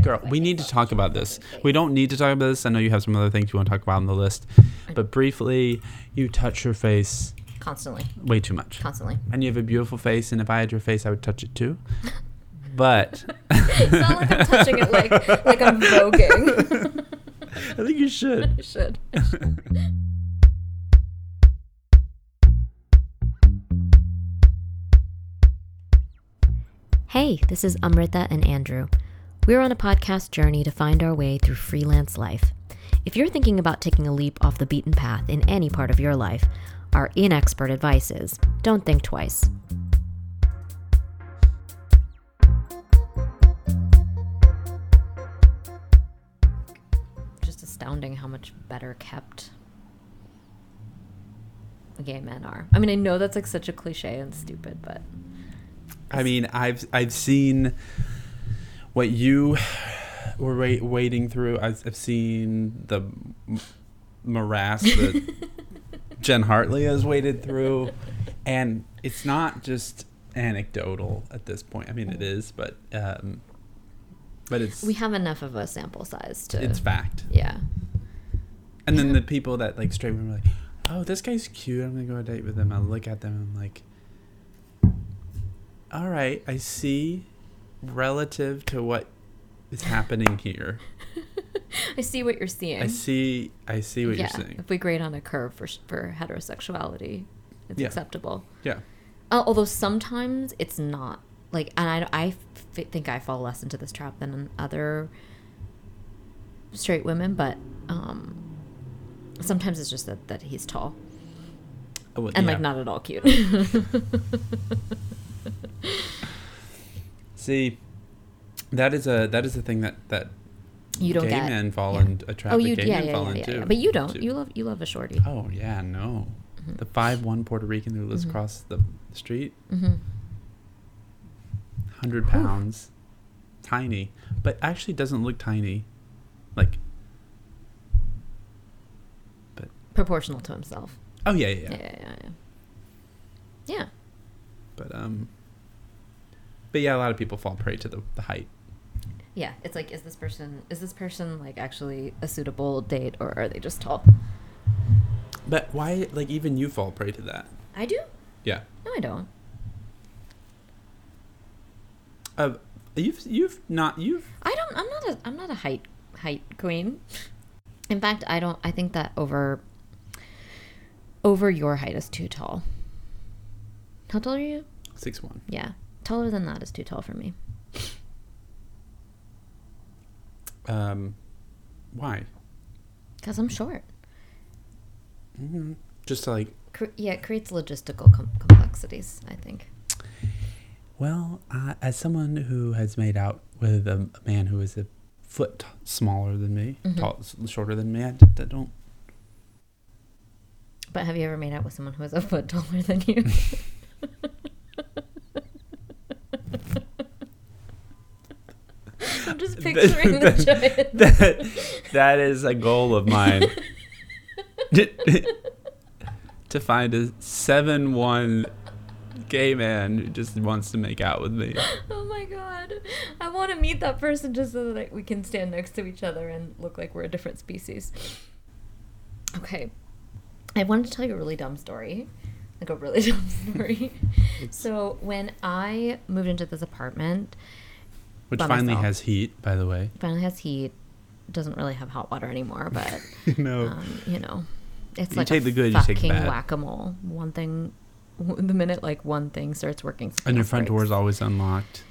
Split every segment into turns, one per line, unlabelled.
Girl, we need to talk about this. We don't need to talk about this. I know you have some other things you want to talk about on the list, but briefly, you touch your face
Constantly.
way too much.
Constantly.
And you have a beautiful face, and if I had your face, I would touch it too. But
It's not like I'm touching it like like I'm voguing.
I think you should.
I should. Hey, this is Amrita and Andrew. We're on a podcast journey to find our way through freelance life. If you're thinking about taking a leap off the beaten path in any part of your life, our inexpert advice is don't think twice. Just astounding how much better kept gay men are. I mean, I know that's like such a cliche and stupid, but
I mean, I've I've seen what you were wait, wading through. I've, I've seen the m- morass that Jen Hartley has waded through, and it's not just anecdotal at this point. I mean, it is, but um, but it's
Mm-hmm. we have enough of a sample size to
it's fact.
yeah
And then the people that like straight women are like, oh, this guy's cute. I'm gonna go on a date with him. I look at them. I'm like, all right, I see. Relative to what is happening here,
i see what you're seeing
I see. I see what
yeah
you're saying.
if we grade on a curve for for heterosexuality it's
Yeah.
acceptable
Yeah.
uh, although sometimes it's not like and i, I f- think i fall less into this trap than other straight women but um sometimes it's just that that he's tall
Oh, well,
and
yeah.
like not at all cute
See, that is a that is a thing that that
you don't
gay
get
men fall
yeah.
in a trap.
oh
that
you
gay
yeah
men
yeah,
fall
yeah, yeah,
into.
yeah but you don't
too.
you love you love a shorty
Oh yeah, no. The five one Puerto Rican who lives across the street,
mm-hmm.
hundred pounds, tiny, but actually doesn't look tiny, like
proportional to himself
oh yeah yeah.
yeah
yeah.
yeah yeah, yeah. yeah.
But um, but yeah, a lot of people fall prey to the, the height.
Yeah, it's like, is this person is this person like actually a suitable date, or are they just tall?
But why like even you fall prey to that?
I do.
Yeah.
No, I don't.
Uh, you've you've not you've
I don't. I'm not a. I'm not a height height queen. In fact, I don't. I think that over over your height is too tall. How tall are you?
six one.
Yeah, taller than that is too tall for me.
Um, why?
Cause I'm short.
Mm-hmm. Just like
Cre- yeah, it creates logistical com- complexities. I think.
well, I, as someone who has made out with a, a man who is a foot t- smaller than me, tall, s- shorter than me, I, d- I don't.
But have you ever made out with someone who is a foot taller than you? I'm just picturing the giant.
That that is a goal of mine. to find a seven one gay man who just wants to make out with me.
Oh my god. I want to meet that person just so that I- we can stand next to each other and look like we're a different species. Okay. I wanted to tell you a really dumb story. Like a really dumb story. so, when I moved into this apartment,
Which
By
finally
myself.
has heat, by the way.
finally has heat, doesn't really have hot water anymore, but
no.
um, you know, it's
Oh. You
like
take
a
the good, you take the
fucking
bad.
whack-a-mole. One thing, the minute like one thing starts working, something
and your
else
front door
breaks. Mm-hmm.
is always unlocked.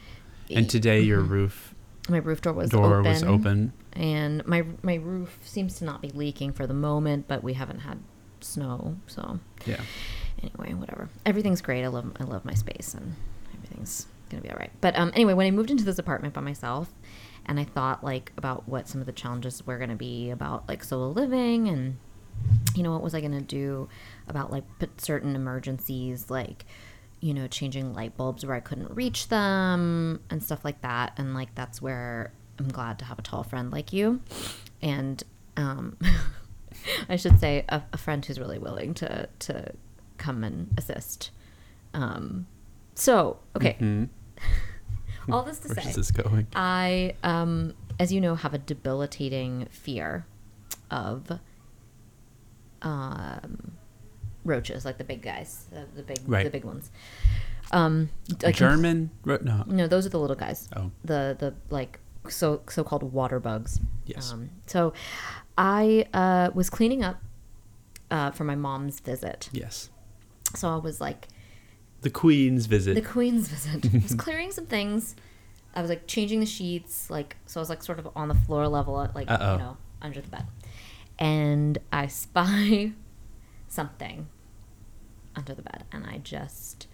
And today your roof
my roof door was
door
open,
was open.
and my my roof seems to not be leaking for the moment, but we haven't had snow, so
Yeah.
anyway, whatever. Everything's great. I love I love my space and everything's gonna be all right. But um, anyway, when I moved into this apartment by myself, and I thought like about what some of the challenges were gonna be about like solo living and you know what was I gonna do about like p- certain emergencies like you know changing light bulbs where I couldn't reach them and stuff like that. And like that's where I'm glad to have a tall friend like you, and um. I should say a, a friend who's really willing to to come and assist. Um,
Mm-hmm.
so okay, all this to
Where's
say,
this going?
I um, as you know, have a debilitating fear of um, roaches, like the big guys, the, the big,
Right.
the big ones. Um, like
German? Ro- No.
No, those are the little guys.
Oh.
The the like so so called water bugs. Um,
Yes.
so I uh, was cleaning up uh, for my mom's visit.
Yes.
So I was like
The Queen's visit.
the Queen's visit. I was clearing some things. I was like changing the sheets, like so I was like sort of on the floor level, uh, like
Uh-oh.
you know under the bed, and I spy something under the bed, and I just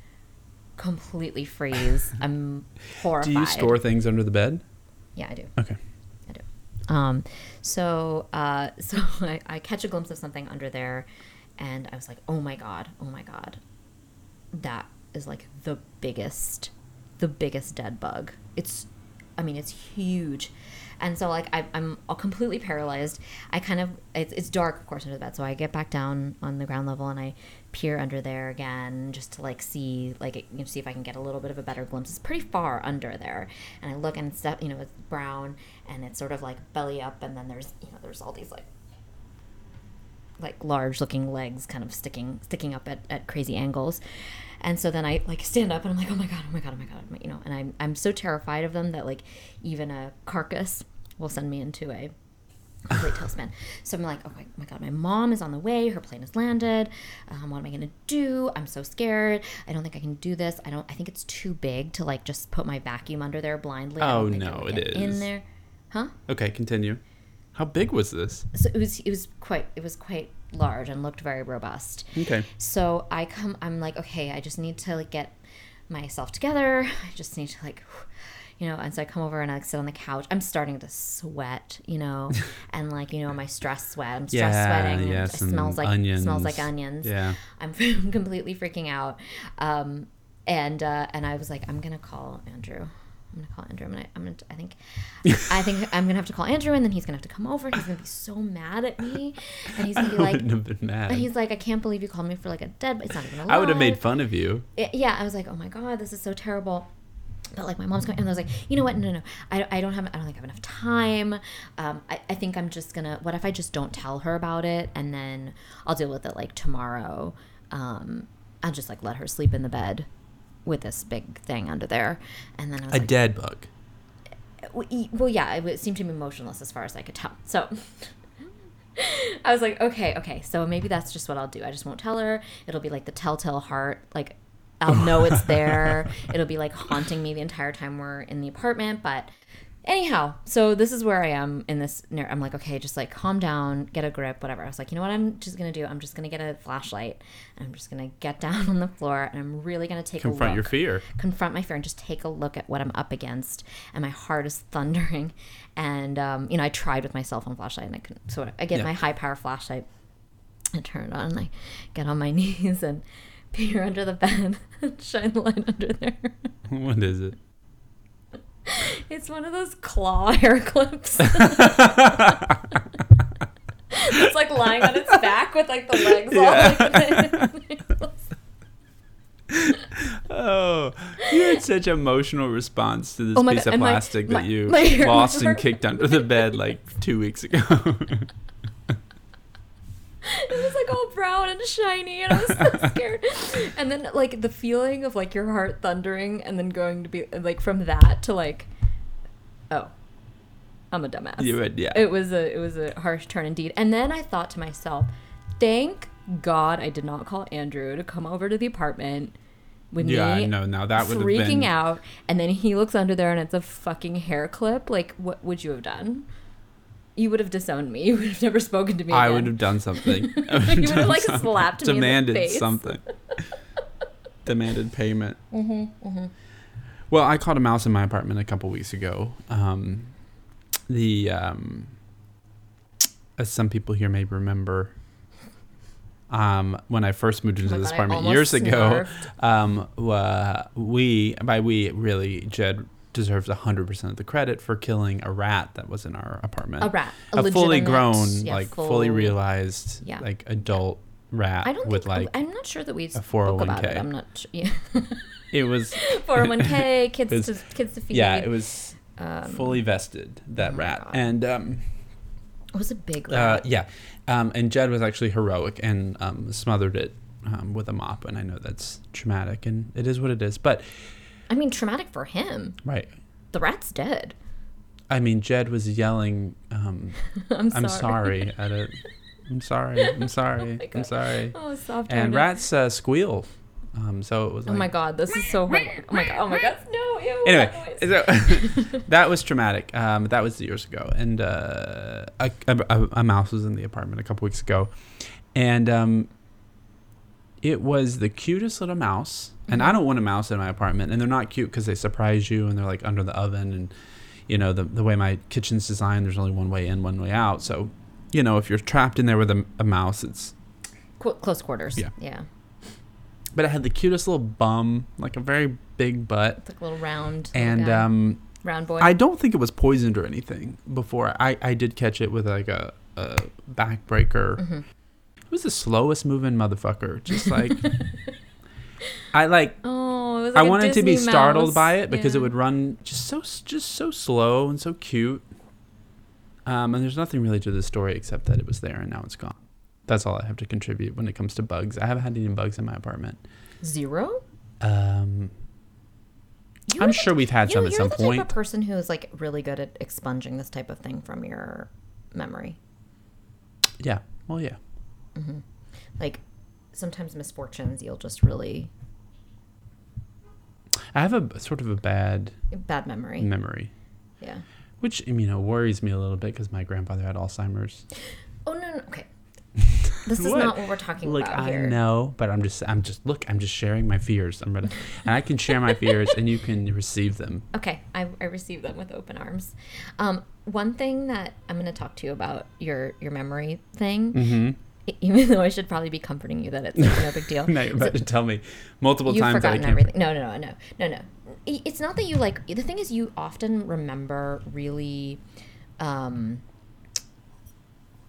completely freeze. I'm horrified.
Do you store things under the bed?
Yeah, I do.
Okay.
I do. Um, so uh, so I, I catch a glimpse of something under there, and I was like, oh my god, oh my god, that is like the biggest, the biggest dead bug. It's, I mean, it's huge. And so, like, I, I'm all completely paralyzed. I kind of, it's, it's dark, of course, under the bed. So I get back down on the ground level and I peer under there again just to, like, see, like, you know, see if I can get a little bit of a better glimpse. It's pretty far under there. And I look and it's, def- you know, it's brown and it's sort of like belly up. And then there's, you know, there's all these, like, like large looking legs kind of sticking sticking up at, at crazy angles and so then i like stand up and i'm like oh my god oh my god oh my god you know and i'm, I'm so terrified of them that like even a carcass will send me into a complete tailspin so i'm like oh my, my god my mom is on the way her plane has landed um, what am i going to do i'm so scared i don't think i can do this i don't i think it's too big to like just put my vacuum under there blindly I
Oh,
don't think I
no,
would
it
get
is.
in there huh
Okay, continue. How big was this?
so it was it was quite it was quite large and looked very robust
Okay.
so i come i'm like okay i just need to like get myself together i just need to like you know and so i come over and i like, sit on the couch i'm starting to sweat you know and like you know my stress sweat i'm stress
Yeah,
sweating
yeah,
it
some
smells like
onions.
smells like onions
Yeah.
i'm completely freaking out um and uh and i was like i'm gonna call andrew I'm gonna call Andrew. I'm gonna. I'm gonna I think. I think I'm gonna have to call Andrew, and then he's gonna have to come over. He's gonna be so mad at me, and he's gonna be
I
like,
wouldn't have been mad.
and he's like, I can't believe you called me for like a dead. It's not even alive.
I would have made fun of you.
It- yeah, I was like, oh my god, this is so terrible. But like my mom's going, and I was like, you know what? No, no, no. I, I don't have. I don't think I have enough time. Um, I, I think I'm just gonna. What if I just don't tell her about it, and then I'll deal with it like tomorrow. Um, I'll just like let her sleep in the bed with this big thing under there, and then I was
A
like,
dead bug.
well, e- well, yeah, it w- seemed to be motionless as far as I could tell. So I was like, okay, okay, so maybe that's just what I'll do. I just won't tell her. It'll be like the telltale heart. Like, I'll know it's there. It'll be like haunting me the entire time we're in the apartment. But anyhow, so this is where I am in this. nar- I'm like, okay, just like calm down, get a grip, whatever. I was like, you know what I'm just going to do? I'm just going to get a flashlight and I'm just going to get down on the floor and I'm really going to take a
Confront
look
your fear.
confront my fear and just take a look at what I'm up against. And my heart is thundering. And um, you know, I tried with my cell phone flashlight, and I couldn't. So I get
Yeah.
my high power flashlight and turn it on, and I get on my knees and peer under the bed and shine the light under there.
What is it?
It's one of those claw hair clips. it's like lying on its back with like the legs all like
Oh, you had such emotional response to this
Oh my
piece
God,
of
and my-
plastic
my-
that you
my hair
lost and
never-
kicked under the bed like two weeks ago.
it was like all brown and shiny and i was so scared and then like the feeling of like your heart thundering and then going to be like from that to like oh i'm a dumbass
you would, yeah.
it was a it was a harsh turn indeed and then i thought to myself thank god i did not call andrew to come over to the apartment with
yeah,
me
no, now that would have
freaking
been
out and then he looks under there and it's a fucking hair clip like what would you have done you would have disowned me you would have never spoken to me
I
again.
would have done something. I
You would have,
done
like, slapped me in the
Demanded
face.
something. Demanded payment. Mm-hmm, Well, I caught a mouse in my apartment a couple weeks ago. Um, the um, as some people here may remember, um, when I first moved into
my
this
God, I
apartment
almost
years ago,
snarfed.
um, uh, we by we really Jed deserves hundred percent of the credit for killing a rat that was in our apartment
a rat
a, fully
legitimate-
grown,
yeah,
like
full-
fully realized,
Yeah.
like adult rat
I don't
with
think,
like
I'm not sure that we spoke about
401k.
it. I'm not sure. Yeah.
it was
401k kids
It's-
to kids to feed.
yeah it was
Um,
fully vested that
oh my
rat
God.
and um
It was a big
uh
rat.
yeah um and jed was actually heroic and um smothered it um, with a mop and i know that's traumatic and it is what it is but
I mean, traumatic for him.
right
The rat's dead.
i mean jed was yelling um
I'm sorry.
i'm sorry at it i'm sorry i'm sorry i'm
God.
sorry
Oh, soft.
and rats uh, squeal um so it was
Oh
like
my god, this is so hard. Oh my god. Oh my god. No. Ew,
anyway,
that noise.
so that was traumatic. Um, that was years ago, and uh, a, a, a mouse was in the apartment a couple weeks ago, and um, it was the cutest little mouse. And I don't want a mouse in my apartment, and they're not cute because they surprise you, and they're like under the oven, and you know the the way my kitchen's designed, there's only one way in, one way out. So, you know, if you're trapped in there with a, a mouse, it's
Qu- close quarters.
Yeah.
Yeah.
but it had the cutest little bum, like a very big butt,
It's like a little round. little
and
guy.
um.
round boy.
I don't think it was poisoned or anything before. I, I did catch it with like a, a backbreaker.
Mhm.
It was the slowest moving motherfucker. Just like I like,
Oh, it was
I
like a
wanted to be
Disney
startled
mouse.
by it because it
Yeah.
would run just so just so slow and so cute. Um, and there's nothing really to the story except that it was there and now it's gone. That's all I have to contribute when it comes to bugs. I haven't had any bugs in my apartment.
zero.
Um,
You
I'm
are the-
sure we've had
you-
some at
you're
some
the
point.
Type of person who is like really good at expunging this type of thing from your memory.
yeah. Well, yeah.
Like sometimes misfortunes, you'll just really
I have a sort of a bad
bad memory.
memory.
Yeah.
Which you know worries me a little bit because my grandfather had Alzheimer's.
Oh no, no. Okay. This is
What?
not what we're talking
Look,
about
I
here.
know, but I'm just, I'm just, look, I'm just sharing my fears. I'm ready, and I can share my fears, and you can receive them.
Okay, I, I received them with open arms. Um, one thing that I'm going to talk to you about your your memory thing,
Mm-hmm.
e- even though I should probably be comforting you that it's like, no big deal.
Now you're about to tell me multiple
You've
times that I
forgotten
can't.
everything. No, no, no, no, no, no. I- It's not that you like. The thing is, you often remember really, um,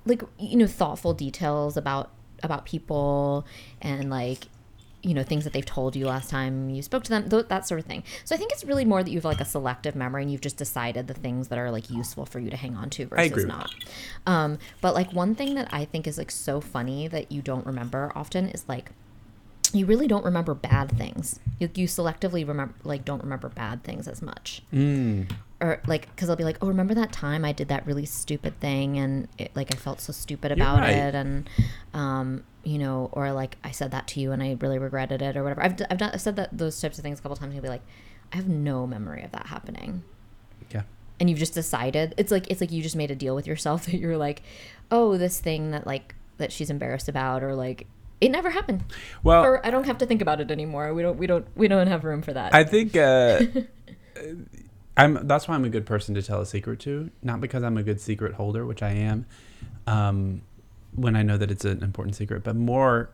like you know, thoughtful details about about people and like you know things that they've told you last time you spoke to them th- that sort of thing so i think it's really more that you've like a selective memory and you've just decided the things that are like useful for you to hang on to versus
agree with
not um, but like one thing that i think is like so funny that you don't remember often is like you really don't remember bad things. You, you selectively remember, like, don't remember bad things as much.
Mm.
Or, like, because I'll be like, oh, remember that time I did that really stupid thing and, it, like, I felt so stupid about
right.
it. And, um, you know, or, like, I said that to you and I really regretted it or whatever. I've, d- I've, done, I've said that those types of things a couple times. You'll be like, I have no memory of that happening
Yeah,
and you've just decided it's like it's like you just made a deal with yourself that you're like oh this thing that like that she's embarrassed about or like it never happened
Well-
or i don't have to think about it anymore we don't we don't we don't have room for that
I think uh, I'm. That's why I'm a good person to tell a secret to, not because I'm a good secret holder, which I am, um, when I know that it's an important secret, but more,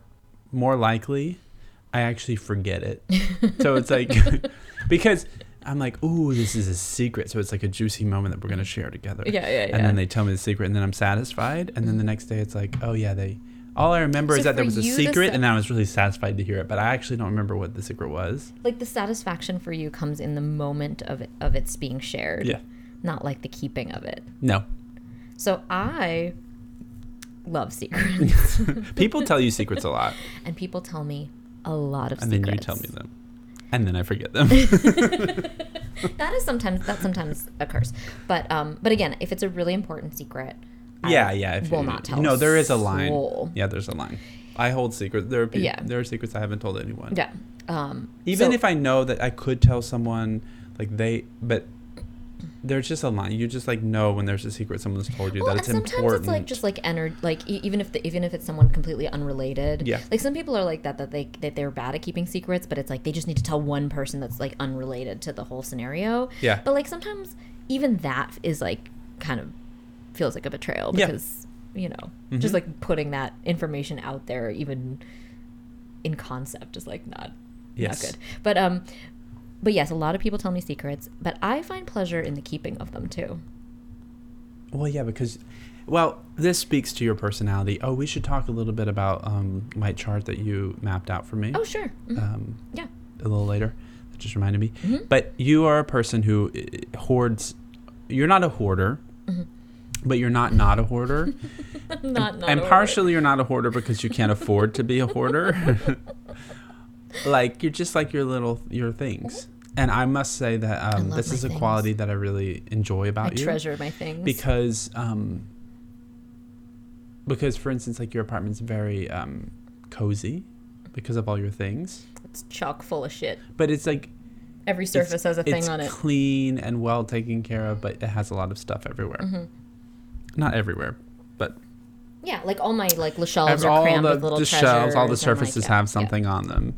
more likely, I actually forget it. so it's like because I'm like, ooh, this is a secret. So it's like a juicy moment that we're gonna share together.
Yeah, yeah,
And
yeah. Mm-hmm.
then they tell me the secret, and then I'm satisfied. And then the next day, it's like, oh yeah, they. All I remember
So
is that there
for
was a
you, the
secret,
se-
and I was really satisfied to hear it. But I actually don't remember what the secret was.
like the satisfaction for you comes in the moment of it, of its being shared
Yeah.
not like the keeping of it
No.
so i love secrets
People tell you secrets a lot,
and people tell me a lot of
and
secrets
then you tell me them, and then I forget them.
that is sometimes that sometimes occurs but um but again if it's a really important secret
yeah,
I
yeah.
will not tell
No, there is a line.
soul.
Yeah, there's a line. I hold secrets. There are pe-
Yeah.
there are secrets I haven't told anyone.
yeah um
Even
so-
if I know that I could tell someone, like they, but there's just a line. You just like know when there's a secret someone's told you that it's
and sometimes
important.
it's like just like energy, like e- even if the, even if it's someone completely unrelated.
Yeah.
Like some people are like that that they that they're bad at keeping secrets, but it's like they just need to tell one person that's like unrelated to the whole scenario.
Yeah.
But like sometimes even that is like kind of feels like a betrayal
Yeah. Mm-hmm.
because you know just like putting that information out there even in concept is like not
Yes.
not good. But um, but yes, a lot of people tell me secrets, but I find pleasure in the keeping of them too.
Well, yeah, because, well, this speaks to your personality. Oh, we should talk a little bit about um, my chart that you mapped out for me.
Oh sure. Mhm.
Um,
yeah. Mm-hmm.
a little later. That just reminded me. But you are a person who uh, hoards you're not a hoarder, but you're not not a hoarder.
Mm-hmm. not, not
and
over it.
partially you're not a hoarder because you can't afford to be a hoarder. like you're just like your little your things. And I must say that um,
love
this
my
is a
things.
quality that I really enjoy
I
about you
treasure my things.
because um, because for instance like your apartment's very um, cozy because of all your things,
it's chock full of shit.
but it's like
Every surface
it's,
has a thing
it's
on it.
clean and well taken care of, but it has a lot of stuff everywhere.
Mm-hmm.
Not everywhere, but
Yeah, like all my like shelves
Have
are crammed with little
shelves, all the
treasures and, like,
surfaces
yeah,
have
yeah.
something on them.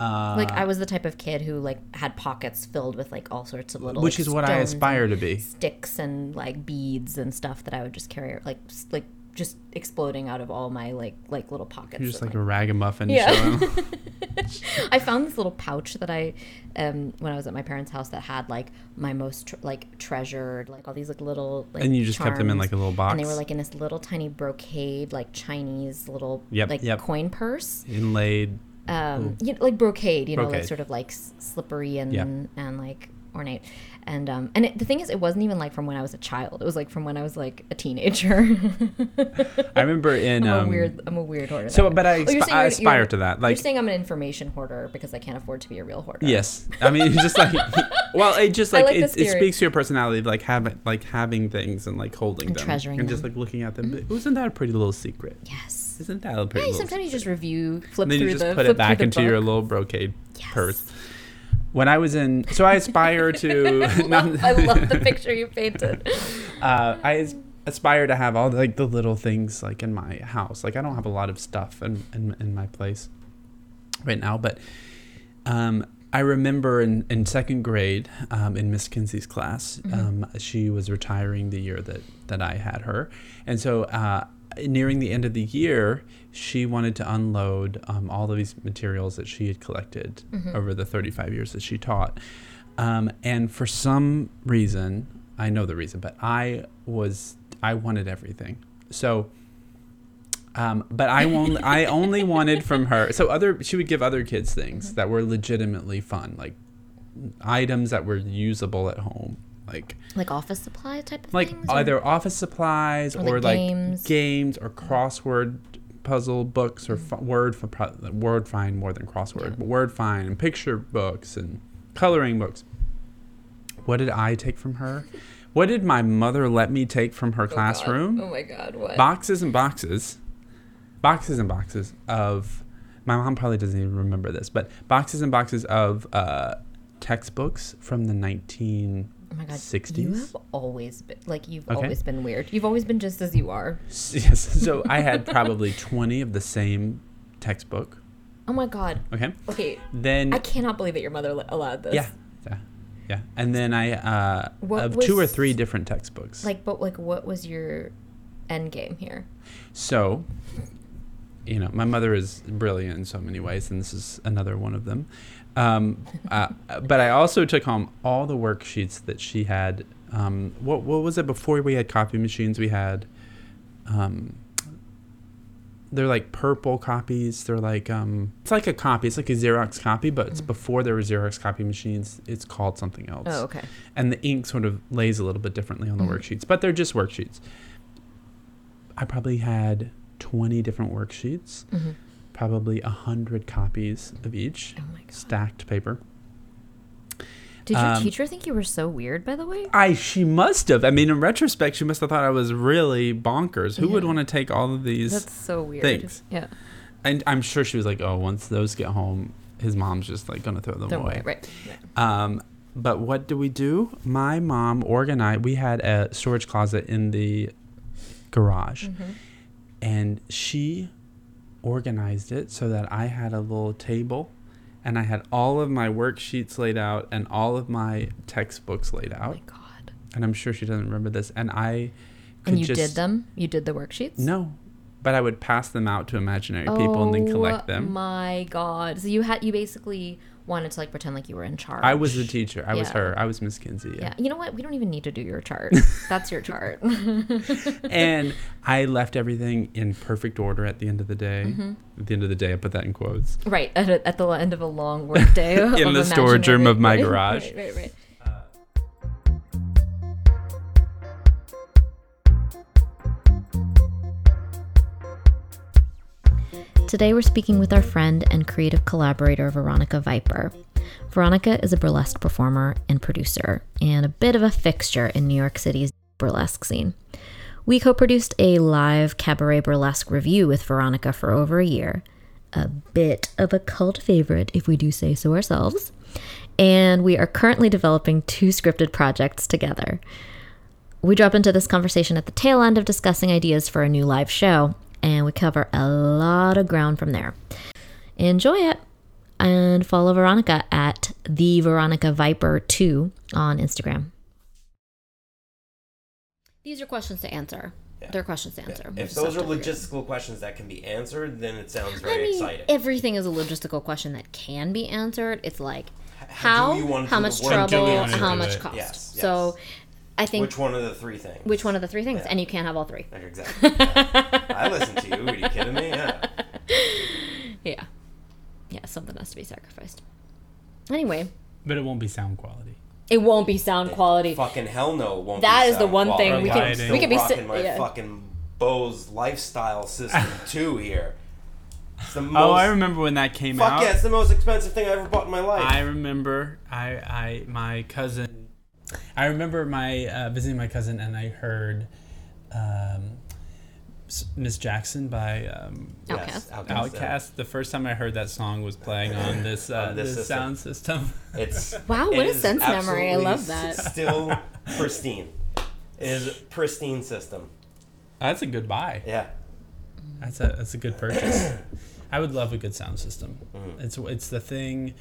Uh,
Like I was the type of kid who like had pockets filled with like all sorts of little
which
like,
is what I
stones
aspire
and
to be.
sticks and like beads and stuff that I would just carry like s- like just exploding out of all my like like little pockets.
You're just
of
like
my-
a ragamuffin.
Yeah.
showing-
I found this little pouch that I, um, when I was at my parents' house, that had like my most tr- like treasured, like all these like little. Like,
And you just kept them in, like, a little
And they were
box?
like in this little tiny brocade, like Chinese little
Yep,
like
yep.
coin purse,
inlaid.
um, you know, like brocade, you know, like
Brocade.
sort of like s- slippery and
Yeah.
and like ornate. And um, and it, the thing is, it wasn't even like from when I was a child. It was like from when I was like a teenager.
I remember in
I'm
um,
a weird. I'm a weird hoarder.
So,
that way.
but I
you're
expi-
saying
I
you're-
aspire
you're-
to that,
you're
like-
saying I'm an information hoarder because I can't afford to be a real hoarder.
yes, I mean it's just like well, it just
I
like,
like
it,
the
it
spirit.
speaks to your personality, of, like having like having things and like holding
And
them
treasuring
and just
them.
like looking at them. Isn't that a pretty little secret?
Yes.
Isn't that a pretty
Yeah,
little?
sometimes you just review, flip
and then
through
you just
the,
put
flip
it back
through the
into your
book.
little brocade
Yes.
purse. When I was in, so I aspire to. not-
I love the picture you painted.
uh, I as- aspire to have all the, like the little things like in my house. Like I don't have a lot of stuff in in, in my place right now, but um, I remember in, in second grade um, in Miss Kinsey's class, um, she was retiring the year that that I had her, and so. Uh, Nearing the end of the year, she wanted to unload um, all of these materials that she had collected over the 35 years that she taught. Um, and for some reason, I know the reason, but I was I wanted everything. So, um, but I only I only wanted from her. So other she would give other kids
Mm-hmm.
things that were legitimately fun, like items that were usable at home, like
Like office supply type of
like
things. or-
either office supplies
or,
or,
like,
like
games.
games. or crossword puzzle books
Mm-hmm.
or f- word for pro- word find more than crossword but word find and picture books and coloring books what did i take from her what did my mother let me take from her
Oh, God.
classroom
Oh my god, what?
boxes and boxes, boxes and boxes of. My mom probably doesn't even remember this, but boxes and boxes of uh, textbooks from the nineteen
oh my god. You
sixties.
have always been like you've
Okay.
always been weird. You've always been just as you are.
Yes, so I had probably twenty of the same textbook.
Oh my god.
Okay,
Okay.
then
I cannot believe that your mother l- allowed this.
yeah, yeah, yeah, and then I uh,
What
of two or
was-
three different textbooks.
Like, but like, what was your end game here?
So, you know, my mother is brilliant in so many ways, and this is another one of them. Um, uh, but I also took home all the worksheets that she had. Um, what what was it before we had copy machines? We had, um, they're like purple copies. They're like um, it's like a copy. It's like a Xerox copy, but it's before there were Xerox copy machines. It's called something else
Oh, okay.
and the ink sort of lays a little bit differently on the
Mhm.
worksheets, but they're just worksheets. I probably had 20 different worksheets,
Mm-hmm.
probably 100 copies of each,
Oh my god.
stacked paper.
Did your
Um,
teacher think you were so weird, by the way?
I she must have. I mean, in retrospect, she must have thought I was really bonkers. Who would
Yeah.
want to take all of these?
That's so weird.
thanks.
Yeah.
and I'm sure she was like, "Oh, once those get home, his mom's just like gonna throw them
Don't
away."
worry. Right. right.
Um, but what do we do? My mom organized. We had a storage closet in the garage,
Mm-hmm.
and she organized it so that I had a little table, and I had all of my worksheets laid out and all of my textbooks laid
Oh
out.
my god.
And I'm sure she doesn't remember this. And I could
And you
just
did them? You did the worksheets?
no, but I would pass them out to imaginary people and then collect
Oh
them.
my god. So you had you basically wanted to like pretend like you were in charge.
I was the teacher. I was
Yeah.
her. I was Miss Kinsey. yeah.
Yeah. You know what? We don't even need to do your chart. That's your chart.
and I left everything in perfect order at the end of the day.
Mm-hmm.
At the end of the day, I put that in quotes.
right. At, a, at the end of a long work day.
In the storage room of my garage.
Right, right, right. Today, we're speaking with our friend and creative collaborator, Veronica Viper. Veronica is a burlesque performer and producer, and a bit of a fixture in New York City's burlesque scene. We co produced a live cabaret burlesque review with Veronica for over a year, a bit of a cult favorite, if we do say so ourselves, and we are currently developing two scripted projects together. We drop into this conversation at the tail end of discussing ideas for a new live show, and we cover a lot of ground from there. Enjoy it and follow Veronica at the Veronica Viper 2 on Instagram. These are questions to answer. They're questions to answer.
If those are logistical questions that can be answered, then it sounds
I
very
mean,
exciting.
everything is a logistical question that can be answered. It's like
how
how,
do you
how,
wanna do the
much
work? How
do you
trouble,
wanna
how
do
much
it?
cost.
Yes,
So, I think
Which
which,
one of the three things?
one of the three things,
Yeah.
and you can't have all three.
Like, Exactly. I listen to you. Are you kidding me? Yeah.
Yeah, yeah, something has to be sacrificed. Anyway,
But it won't be sound quality.
it won't be sound quality.
Fucking hell no. It won't
That
be
is the
sound
one thing
quality.
we could-
I'm
we
still
could be sit-
rocking my
yeah.
fucking Bose lifestyle system too here. It's the most.
Oh, I remember when that came
Fuck
out.
yeah! It's the most expensive thing I ever bought in my life.
I remember I I my cousin I remember my uh, visiting my cousin and I heard um, S- Miss Jackson by um,
Yes,
Outkast.
Outkast.
Outcast. The first time I heard that song was playing on this uh,
On this
this
system.
sound system.
It's
Wow,
it
what a
is
sense memory. I
absolutely
love that.
s- Still pristine. It is a pristine system.
That's a good buy.
Yeah.
That's a that's a good purchase. I would love a good sound system.
Mm-hmm.
It's it's the thing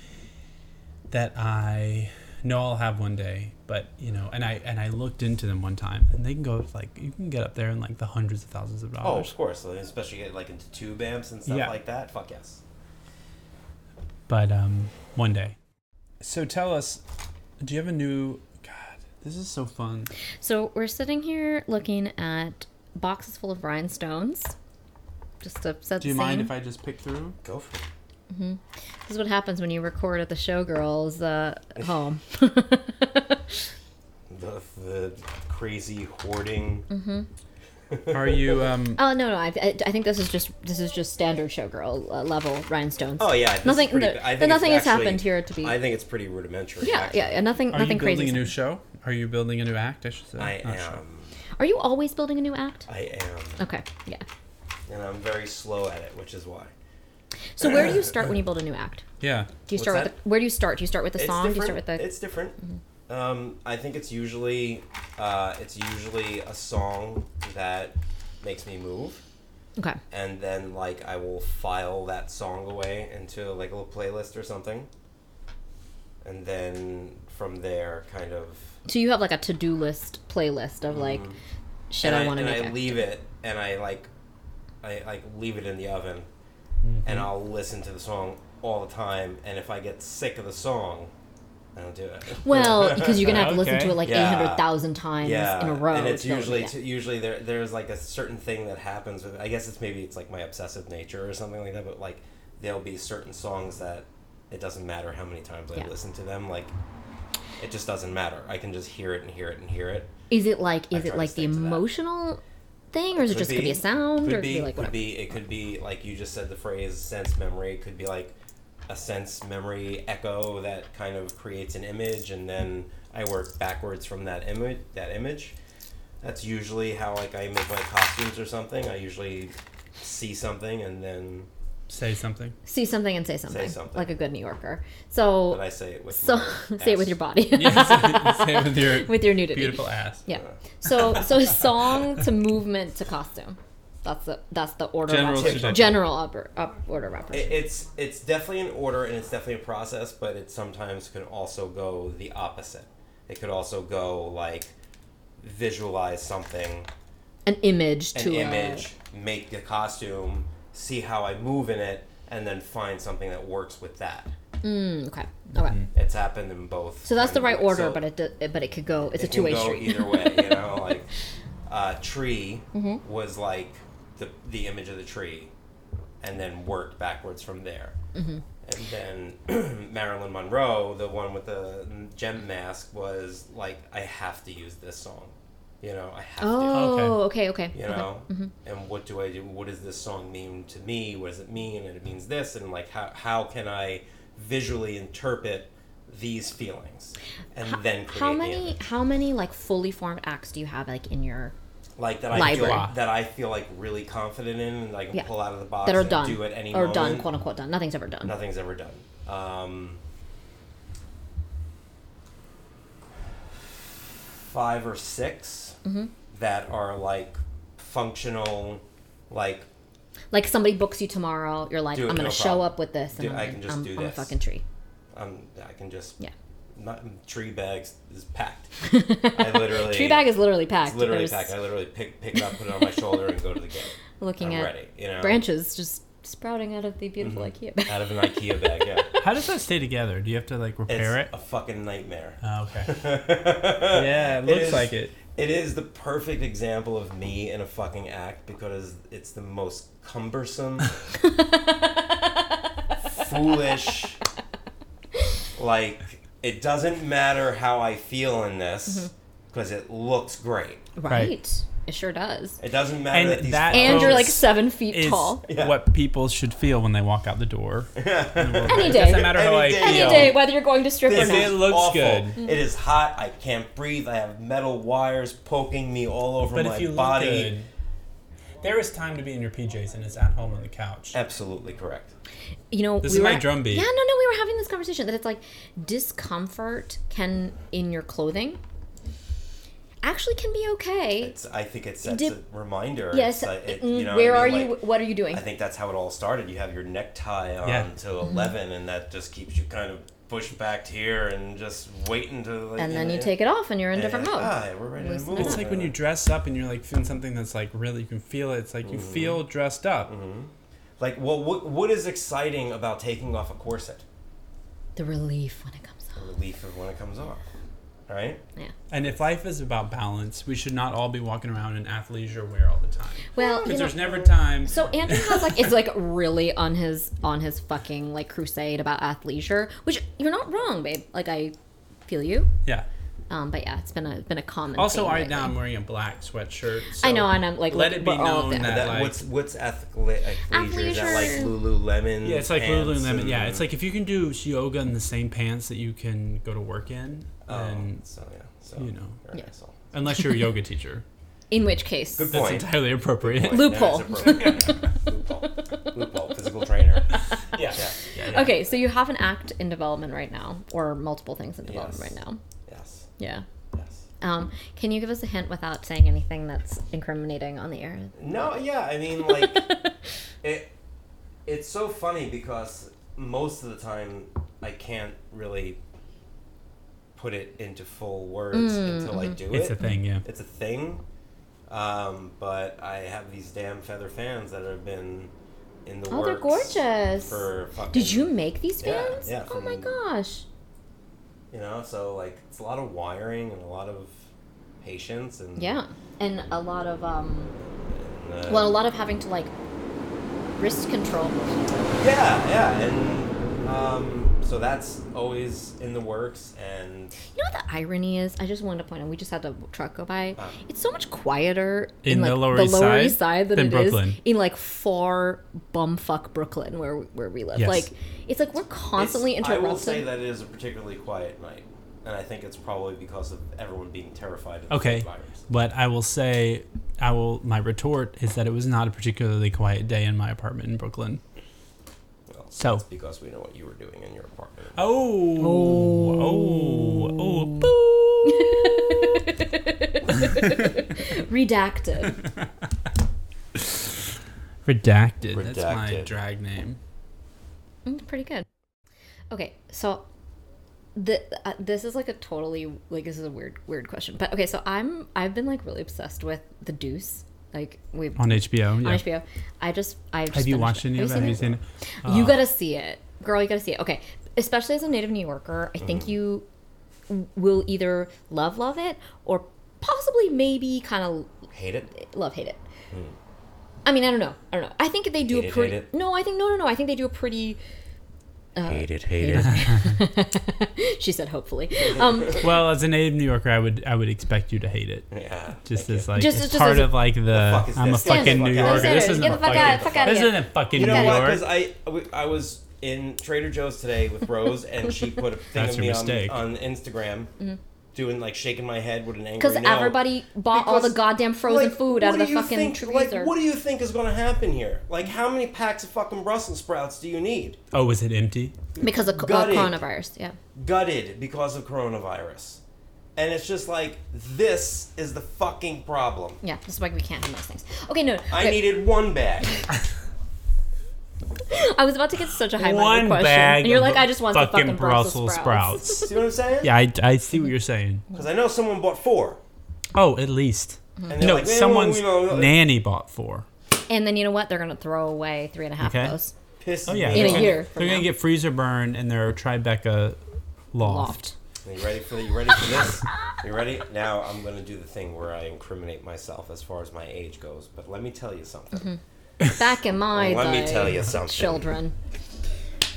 that I know I'll have one day, but you know, and I and I looked into them one time, and they can go like you can get up there in like the hundreds of thousands of
Oh,
dollars.
of course. Especially get like into tube amps and stuff
Yeah.
like that. Fuck yes.
But um, one day. So tell us, do you have a new? God, this is so fun.
So we're sitting here looking at boxes full of rhinestones. Just to set
Do you
the
mind
scene.
if I just pick through?
Go for it.
This is what happens when you record at the showgirls uh, home.
The, the crazy hoarding.
Mm-hmm.
Are you um?
oh no, no, I, I, I think this is just this is just standard showgirl uh, level rhinestones.
Oh yeah. this is
nothing.
pretty-
no-
I think
no,
it's
nothing has
actually-
happened here to be.
I think it's pretty rudimentary.
yeah,
actually.
yeah, yeah, nothing,
Are
nothing
you
crazy.
building a new show? Are you building a new act? I should say.
I
Not show.
am.
Are you always building a new act?
I am.
Okay, yeah.
And I'm very slow at it, which is why.
So where do you start when you build a new act?
Yeah.
Do you
What's
start with
that?
the, where do you start? Do you start with the song? Do you start with
different.
the Mm-hmm.
It's different. Um, I think it's usually uh, it's usually a song that makes me move,
okay?
and then like I will file that song away into like a little playlist or something, and then from there, kind of.
So you have like a to do list playlist of like shit
Mm. and
I want to
and
make.
I
act.
leave it, and I like, I like leave it in the oven, and I'll listen to the song all the time. And if I get sick of the song, I don't do it.
Well, because you're gonna have to listen
Okay.
to it like
Yeah.
eight hundred thousand times in a row.
And it's
to be able to
usually
do that.
t- usually there there's like a certain thing that happens with I guess it's maybe it's like my obsessive nature or something like that, but like there'll be certain songs that it doesn't matter how many times
Yeah.
I listen to them, like it just doesn't matter. I can just hear it and hear it and hear it.
Is it like
I
is
try
it
to
like the
stick to that.
emotional thing, or is it just could be a sound,
could
or could
be,
be like
could
whatever?
be it could be like you just said the phrase sense memory, it could be like a sense memory echo that kind of creates an image and then I work backwards from that image that image. That's usually how like I make my costumes or something. I usually see something and then
Say something.
See something and say something,
something.
like a good New Yorker.
but
So
I say it with
so
my
say it with
ass.
your body,
Yes. say it with your
with your nudity.
beautiful ass.
Uh,
Yeah. So so song to movement to costume. That's the that's the order.
General
of operation.
trajectory.
general up, up order of operation.
It- It's it's definitely an order and it's definitely a process, but it sometimes can also go the opposite. It could also go like visualize something,
An image
an
to a-
image, make the costume, see how I move in it, and then find something that works with that.
Mm, okay. Okay.
It's happened in both.
So that's the right
kinds of
order,
ways.
but it do- but it could go. It's
it
a two way
can go
street.
Either way, you know, like uh, tree
Mm-hmm.
was like the the image of the tree, and then worked backwards from there.
Mm-hmm.
And then Marilyn Monroe, the one with the gem mask, was like, I have to use this song. You know, I have to.
Oh, okay, okay.
You
okay. Mm-hmm.
know, and what do I do? What does this song mean to me? What does it mean? And it means this, and like how how can I visually interpret these feelings, and then create
How
the
many?
image.
How many like fully formed acts do you have like in your?
like that I feel,
Library.
that I feel like really confident in, and I can
Yeah.
pull out of the box
that are
and
done
do at any
or
moment.
done quote unquote done nothing's ever done
Nothing's ever done. Um, five or 6
Mm-hmm.
that are like functional, like
like somebody books you tomorrow you're like
Do
i'm
it,
gonna
no
show
problem.
up with this and
Do-
i'm,
I
gonna-
can just
I'm
do
on a
this.
fucking tree
um, I can just
yeah
my tree bags is packed. I literally
tree bag is literally packed
it's literally
There's
packed. I literally pick pick it up, put it on my shoulder, and go to the game.
looking
I'm
at
ready, you know,
branches just sprouting out of the beautiful ikea bag
Mm-hmm. out of an IKEA bag. Yeah,
How does that stay together? Do you have to like
it's
repair
a
it?
fucking nightmare.
Oh, okay. yeah, it
It
looks
is-
like it.
It is the perfect example of me in a fucking act because it's the most cumbersome, foolish. Like it doesn't matter how I feel in this
Mm-hmm.
because it looks great.
right. it sure does
It doesn't matter
And
that these
that-
and you're
Folks,
like seven feet
Is
tall
Yeah.
what people should feel when they walk out the door.
any
It doesn't
day
matter how I
Any
feel.
any day whether you're going to strip or
If
This
not
it
is
looks
awful.
good.
It is hot. I can't breathe. I have metal wires poking me all over
But
my
if you look
body.
good, there is time to be in your PJs and it's at home on the couch.
Absolutely correct.
you know
This
we
is my
were-
drum beat.
yeah no no we were having this conversation that it's like discomfort can in your clothing actually can be okay
It's. I think it sets
Dip-
a reminder.
yes
It's, uh, it-
mm,
you know what I
where
mean?
are you
Like,
what are you doing
I think that's how it all started. You have your necktie on
Yeah.
till
Mm-hmm.
eleven, and that just keeps you kind of pushed back here and just waiting to. Like,
and then you take it off and you're in different mode
Ah, we're ready to
Loosen
move.
it
It's like when you dress up and you're like feeling something that's like really you can feel it. It's like you feel dressed up.
Like, well, what what is exciting about taking off a corset?
the relief when it comes
The
off
relief of when it comes off, right?
yeah
And if life is about balance, we should not all be walking around in athleisure wear all the time.
well you
Because
know,
there's never time.
so Andrew has like is like really on his on his fucking like crusade about athleisure, which you're not wrong, babe. Like I feel you,
yeah.
um, but yeah, it's been a been a common.
Also, um,
theme
right
lately.
now I'm wearing a black sweatshirt.
I
so
know, and I'm like,
let
look,
it be
we're all
known
there.
that,
That,
like,
what's what's athleisure? athleisure? Is that like
Athleisure.
Lululemon?
yeah, it's like
pants
Lululemon. Yeah,
and-
it's like if you can do yoga in the same pants that you can go to work in,
Oh,
then
so yeah, so
you know.
you're an
Yeah.
asshole.
unless you're a yoga teacher,
in which case,
Good
that's
point.
entirely appropriate.
Point.
Loophole.
That is appropriate. loophole. Loophole. Physical trainer.
Yeah.
Yeah.
okay, so you have an act in development right now, or multiple things in development
Yes.
right now.
Yes.
Yeah.
Yes.
Um, can you give us a hint without saying anything that's incriminating on the air?
No. Yeah. I mean, like, it. It's so funny because most of the time I can't really put it into full words until I do
It's
it.
a thing, yeah.
it's a thing. Um, but I have these damn feather fans that have been in the
Oh, they're
works
gorgeous.
For fucking,
Did you make these
Yeah,
fans?
yeah,
oh my
from-
gosh.
You know, so like it's a lot of wiring and a lot of patience and
Yeah. And a lot of um
and, uh,
well, a lot of having to like wrist control.
yeah, yeah, and um, so that's always in the works and
You know what the irony is? I just wanted to point out. We just had the truck go by.
Uh.
It's so much quieter
In
like,
the Lower East Side
East Side than,
than
it is
Brooklyn.
in like far bumfuck Brooklyn, where where we live.
Yes.
Like it's like we're constantly
it's-
interrupted.
I will say that it is a particularly quiet night, and I think it's probably because of everyone being terrified of the
Okay.
virus.
But I will say, I will. My retort is that it was not a particularly quiet day in my apartment in Brooklyn.
Well,
So-
that's because we know what you were doing in your apartment.
Oh, oh, oh, boo.
Redacted.
Redacted. That's my
Redacted.
drag name.
Mm, Pretty good. Okay, so the uh, this is like a totally like this is a weird weird question, but okay, so I'm I've been like really obsessed with the Deuce. Like we've
On HBO, yeah.
on HBO. I just I just
Have you
finished
watched
it.
any of
Have you
that? Have you
seen
seen it?
it?
Uh-huh.
You gotta see it, girl. You gotta see it. Okay, especially as a native New Yorker, I think
Mm-hmm.
you w- will either love love it or possibly maybe kind of
Hate it?
love hate it. I mean, I don't know. I don't know. I think they do
Hmm. Hate
a
it,
pretty
hate it.
no. I think no, no, no. I think they do a pretty Uh,
hate it, hate it.
she said, hopefully. Um,
Well, as a native New Yorker, I would I would expect you to hate it.
Yeah.
Just
thank
as like
Just-
it's
just
part
as-
of like the,
fuck is
I'm a
this? Get the
fucking
fuck
New
out.
Yorker. This
Get
isn't
the
a
fuck out,
fucking
fuck out of
this
here.
isn't a fucking
You know
New
what?
York.
Because I, I was in Trader Joe's today with Rose, and she put a thing
That's
of
your
me
mistake.
on, on Instagram, doing like shaking my head with an angry.
Because
no.
Mm-hmm. everybody bought all the
Because,
goddamn frozen
like,
food out
what
of the
do you
fucking
think,
freezer.
Like, what do you think is going to happen here? Like, how many packs of fucking Brussels sprouts do you need?
Oh, was it empty?
because of co- uh,
Gutted.
coronavirus, yeah.
Gutted because of coronavirus, and it's just like this is the fucking problem.
Yeah, this is why we can't have nice things. Okay, no.
I
wait,
needed one bag.
I was about to get such a high
One
minded question.
bag.
and you're like,
of
I just want the fucking Brussels sprouts.
See what I'm saying?
yeah, I, I see what you're saying.
Because I know someone bought four.
Mm-hmm.
Oh, at least.
And they're
No,
like, "Man,
someone's
you know,
nanny bought four.
And then you know what? They're going to throw away three and a half
Okay.
of those.
pissed
Oh yeah,
In
me
a
they're
off.
gonna-
year from
They're gonna
now.
get freezer burn in their Tribeca loft.
Loft.
Are you ready for you ready for this? You ready? Now I'm gonna do the thing where I incriminate myself as far as my age goes. But let me tell you something.
Mm-hmm.
Back in my
Let me
day,
tell you something.
Children.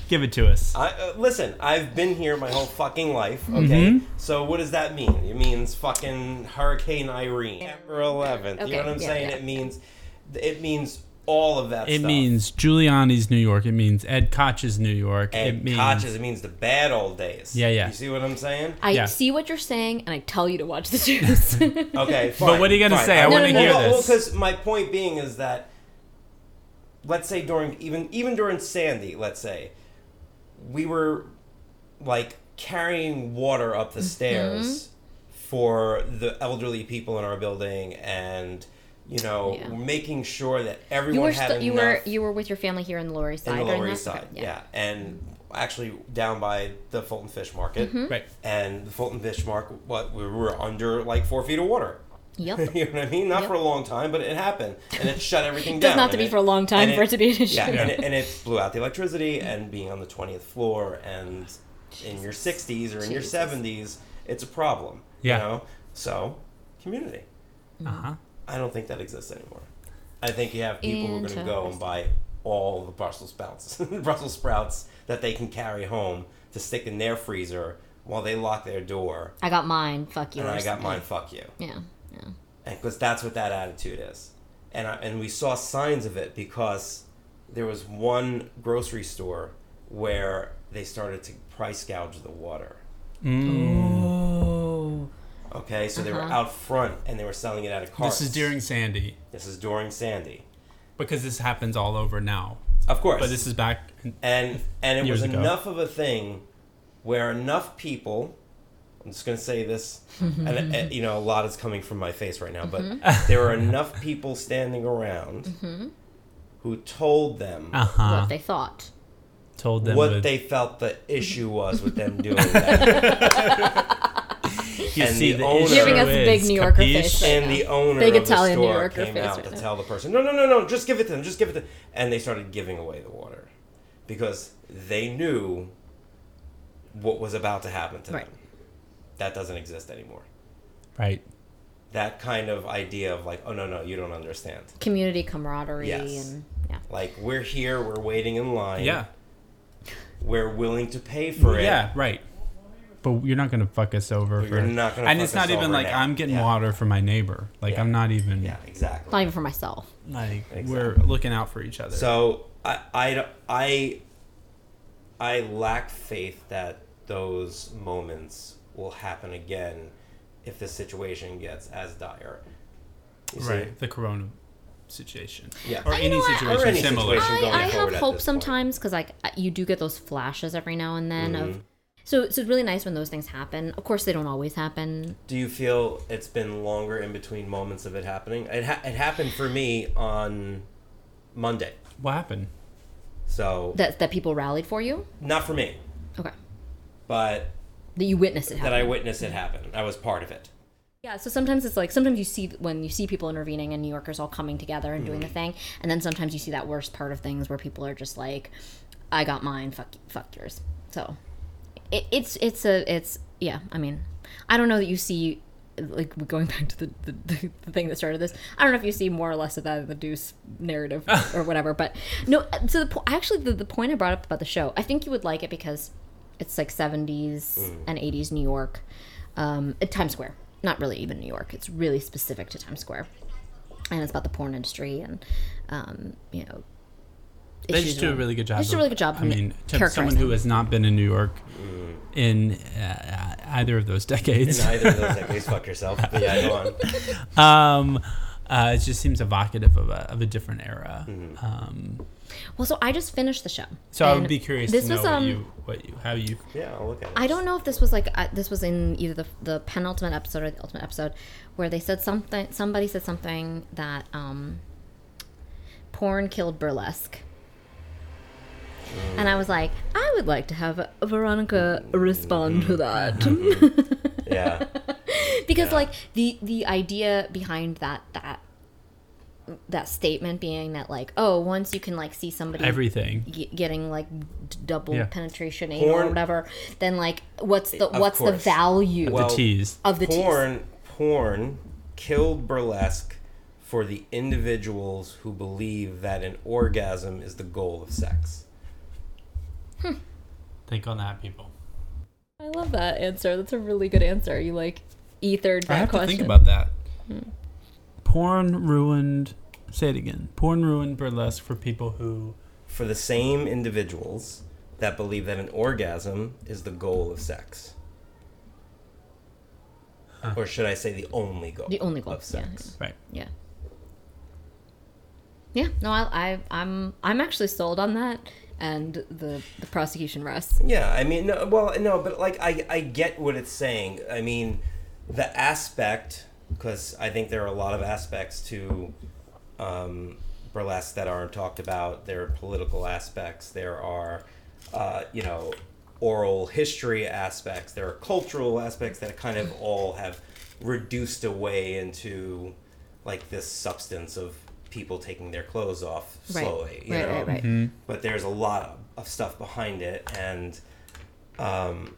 Give it to us.
I, uh, listen, I've been here my whole fucking life.
Mm-hmm.
Okay, so what does that mean? It means fucking Hurricane Irene, September 11th. you
Okay,
know what I'm
yeah,
saying?
yeah.
It means, it means all of that.
It
stuff.
means Giuliani's New York. It means Ed Koch's New York.
and
it means
Koch's, It means the bad old days.
Yeah, yeah.
You see what I'm saying?
I
Yeah.
see what you're saying, and I tell you to watch the series.
Okay, fine.
what are you gonna
fine.
say? I
wanna hear
this.
because my point being is that, let's say during even even during Sandy, let's say, we were like carrying water up the
Mm-hmm.
stairs for the elderly people in our building, and you know,
Yeah.
making sure that
you
everyone
were
had
st- you were
enough
you were with your family here in the Lower East Side.
in the
during
Lower
that?
East Side.
Okay,
yeah. and actually down by the Fulton Fish Market.
Mm-hmm.
right.
And the Fulton Fish Market, what we were under like four feet of water.
Yep.
You know what I mean? Not
Yep.
for a long time, but it happened, and it shut everything down.
Doesn't have to
and
be
it-
for a long time
and
for it to be an issue.
Yeah,
Yeah.
And, it, and it blew out the electricity, and being on the twentieth floor, and in your sixties or in your
Jesus.
seventies, it's a problem.
Yeah.
You know, so community.
Mm.
Uh huh.
I don't think that exists anymore. I think you have people who are going to go and
Interesting.
buy all the Brussels sprouts, Brussels sprouts that they can carry home to stick in their freezer while they lock their door.
I got mine. Fuck yours.
And I got mine. Fuck you
Yeah. Yeah.
because that's what that attitude is and I, and we saw signs of it because there was one grocery store where they started to price gouge the water Mm.
Oh.
okay so they were
Uh-huh.
out front and they were selling it out of carts
This is during Sandy
this is during sandy
because this happens all over now.
of course
But this is back.
and and it
Years
was
ago.
enough of a thing where enough people i'm just going to say this and, uh, you know a lot is coming from my face right now but there were enough people standing around who told them
Uh huh.
What they thought.
Told them
what
to-
they felt the issue was with them doing that.
You
and
see
the
the
owner-
issue
Giving us
a big
is,
New Yorker
capiche?
face.
and the owner
Big
of
Italian
the
New
store
Yorker
came
face
out
right
to
now.
tell the person, no, no, no, no, just give it to them, just give it to them. And they started giving away the water because they knew what was about to happen to
Right.
them. That doesn't exist anymore.
Right.
That kind of idea of like, oh, no, no, you don't understand.
Community camaraderie
Yes.
and yeah.
Like, we're here, we're waiting in line,
Yeah.
we're willing to pay for it.
Yeah. Right. But you're not gonna fuck us over.
But you're
for-
not gonna
And
fuck
it's not
us
even
over
like
now.
I'm getting
Yeah.
water for my neighbor. Like
Yeah.
I'm not even.
Yeah, exactly.
Not even for myself.
Like we're
Exactly.
looking out for each other.
So I, I, I, I lack faith that those moments will happen again if the situation gets as dire. You see?
right. The corona situation.
Yeah.
Or
I
any
know, I-
situation
Or any
similar.
situation.
I,
going
I have
forward at
hope
this point.
sometimes because like I- you do get those flashes every now and then
Mm-hmm.
of. So, so it's really nice when those things happen. Of course, they don't always happen.
Do you feel it's been longer in between moments of it happening? It, ha- it happened for me on Monday.
What happened?
So,
That that people rallied for you.
not for me,
Okay.
but
That you witnessed it happen.
that I witnessed it happen. I was part of it.
Yeah, so sometimes it's like sometimes you see when you see people intervening and New Yorkers all coming together and doing the
Mm-hmm.
thing, and then sometimes you see that worst part of things where people are just like, "I got mine, fuck, fuck yours." So, it, it's it's a it's yeah. I mean, I don't know that you see like going back to the, the, the, the thing that started this i don't know if you see more or less of that in the deuce narrative or whatever but no so the po- actually the, the point i brought up about the show i think you would like it because it's like 70s
Mm.
and 80s new york um, at times square not really even new york it's really specific to times square and it's about the porn industry and um, you know
They
issues
just do a
around-
really good job.
They just do a
of-
really good job.
I mean, to
characterizing
someone who has not been in New York in uh, either of those decades,
Mm. In either of those, like, please fuck yourself. But yeah, go on.
um, uh, it just seems evocative of a, of a different era.
Mm-hmm.
Um,
Well, so I just finished the show.
so I
And
would be curious
This
to know
was
what
um.
you, what you, how you.
Yeah, I'll look at it.
I don't know if this was like uh, this was in either the the penultimate episode or the ultimate episode, where they said something. Somebody said something that um. Porn killed burlesque. And I was like, I would like to have Veronica respond to that.
Yeah.
because
Yeah.
like the the idea behind that that that statement being that like oh once you can like see somebody
Everything.
g- getting like d- double
Yeah.
penetration or
Porn-
whatever then like what's the
Of
what's the
course.
value
Well,
the tease.
of the tease?
porn, porn killed burlesque for the individuals who believe that an orgasm is the goal of sex.
Think on that, people.
i love that answer that's a really good answer you like ethered
I
that
have
question Hmm.
to think about that. Porn ruined. Say it again. Porn ruined burlesque for people who.
For the same individuals that believe that an orgasm is the goal of sex. Or should I say the only goal?
the only goal
of sex.
Right.
yeah yeah no I, I i'm i'm actually sold on that and the the prosecution rests
Yeah, I mean, no, well, no, but like I, I get what it's saying. I mean, the aspect, because I think there are a lot of aspects to um, burlesque that aren't talked about. There are political aspects. There are, uh, you know, oral history aspects. There are cultural aspects that kind of all have reduced away into like this substance of people taking their clothes off
Right.
slowly. You
Right,
know?
right, right.
but there's a lot of, of stuff behind it and um,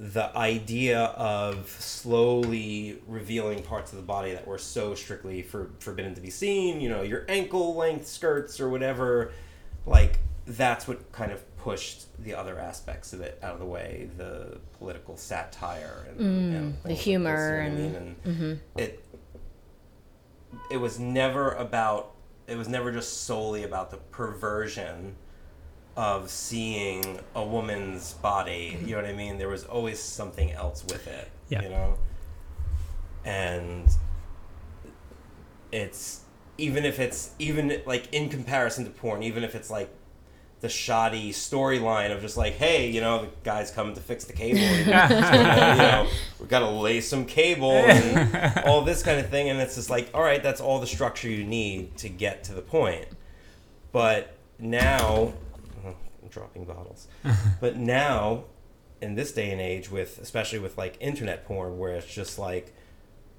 the idea of slowly revealing parts of the body that were so strictly for, forbidden to be seen you know your ankle length skirts or whatever like that's what kind of pushed the other aspects of it out of the way the political satire and, and things like this, you know
Mm, humor
what I
and- mm-hmm.
mean? and it it was never about it was never just solely about the perversion of seeing a woman's body you know what i mean there was always something else with it
Yeah.
you know and it's even if it's even like in comparison to porn even if it's like the shoddy storyline of just like hey you know the guy's coming to fix the cable you know, we gotta lay some cable and all this kind of thing. And it's just like, all right, that's all the structure you need to get to the point. But now, oh, I'm dropping bottles. but now, in this day and age, with especially with like internet porn, where it's just like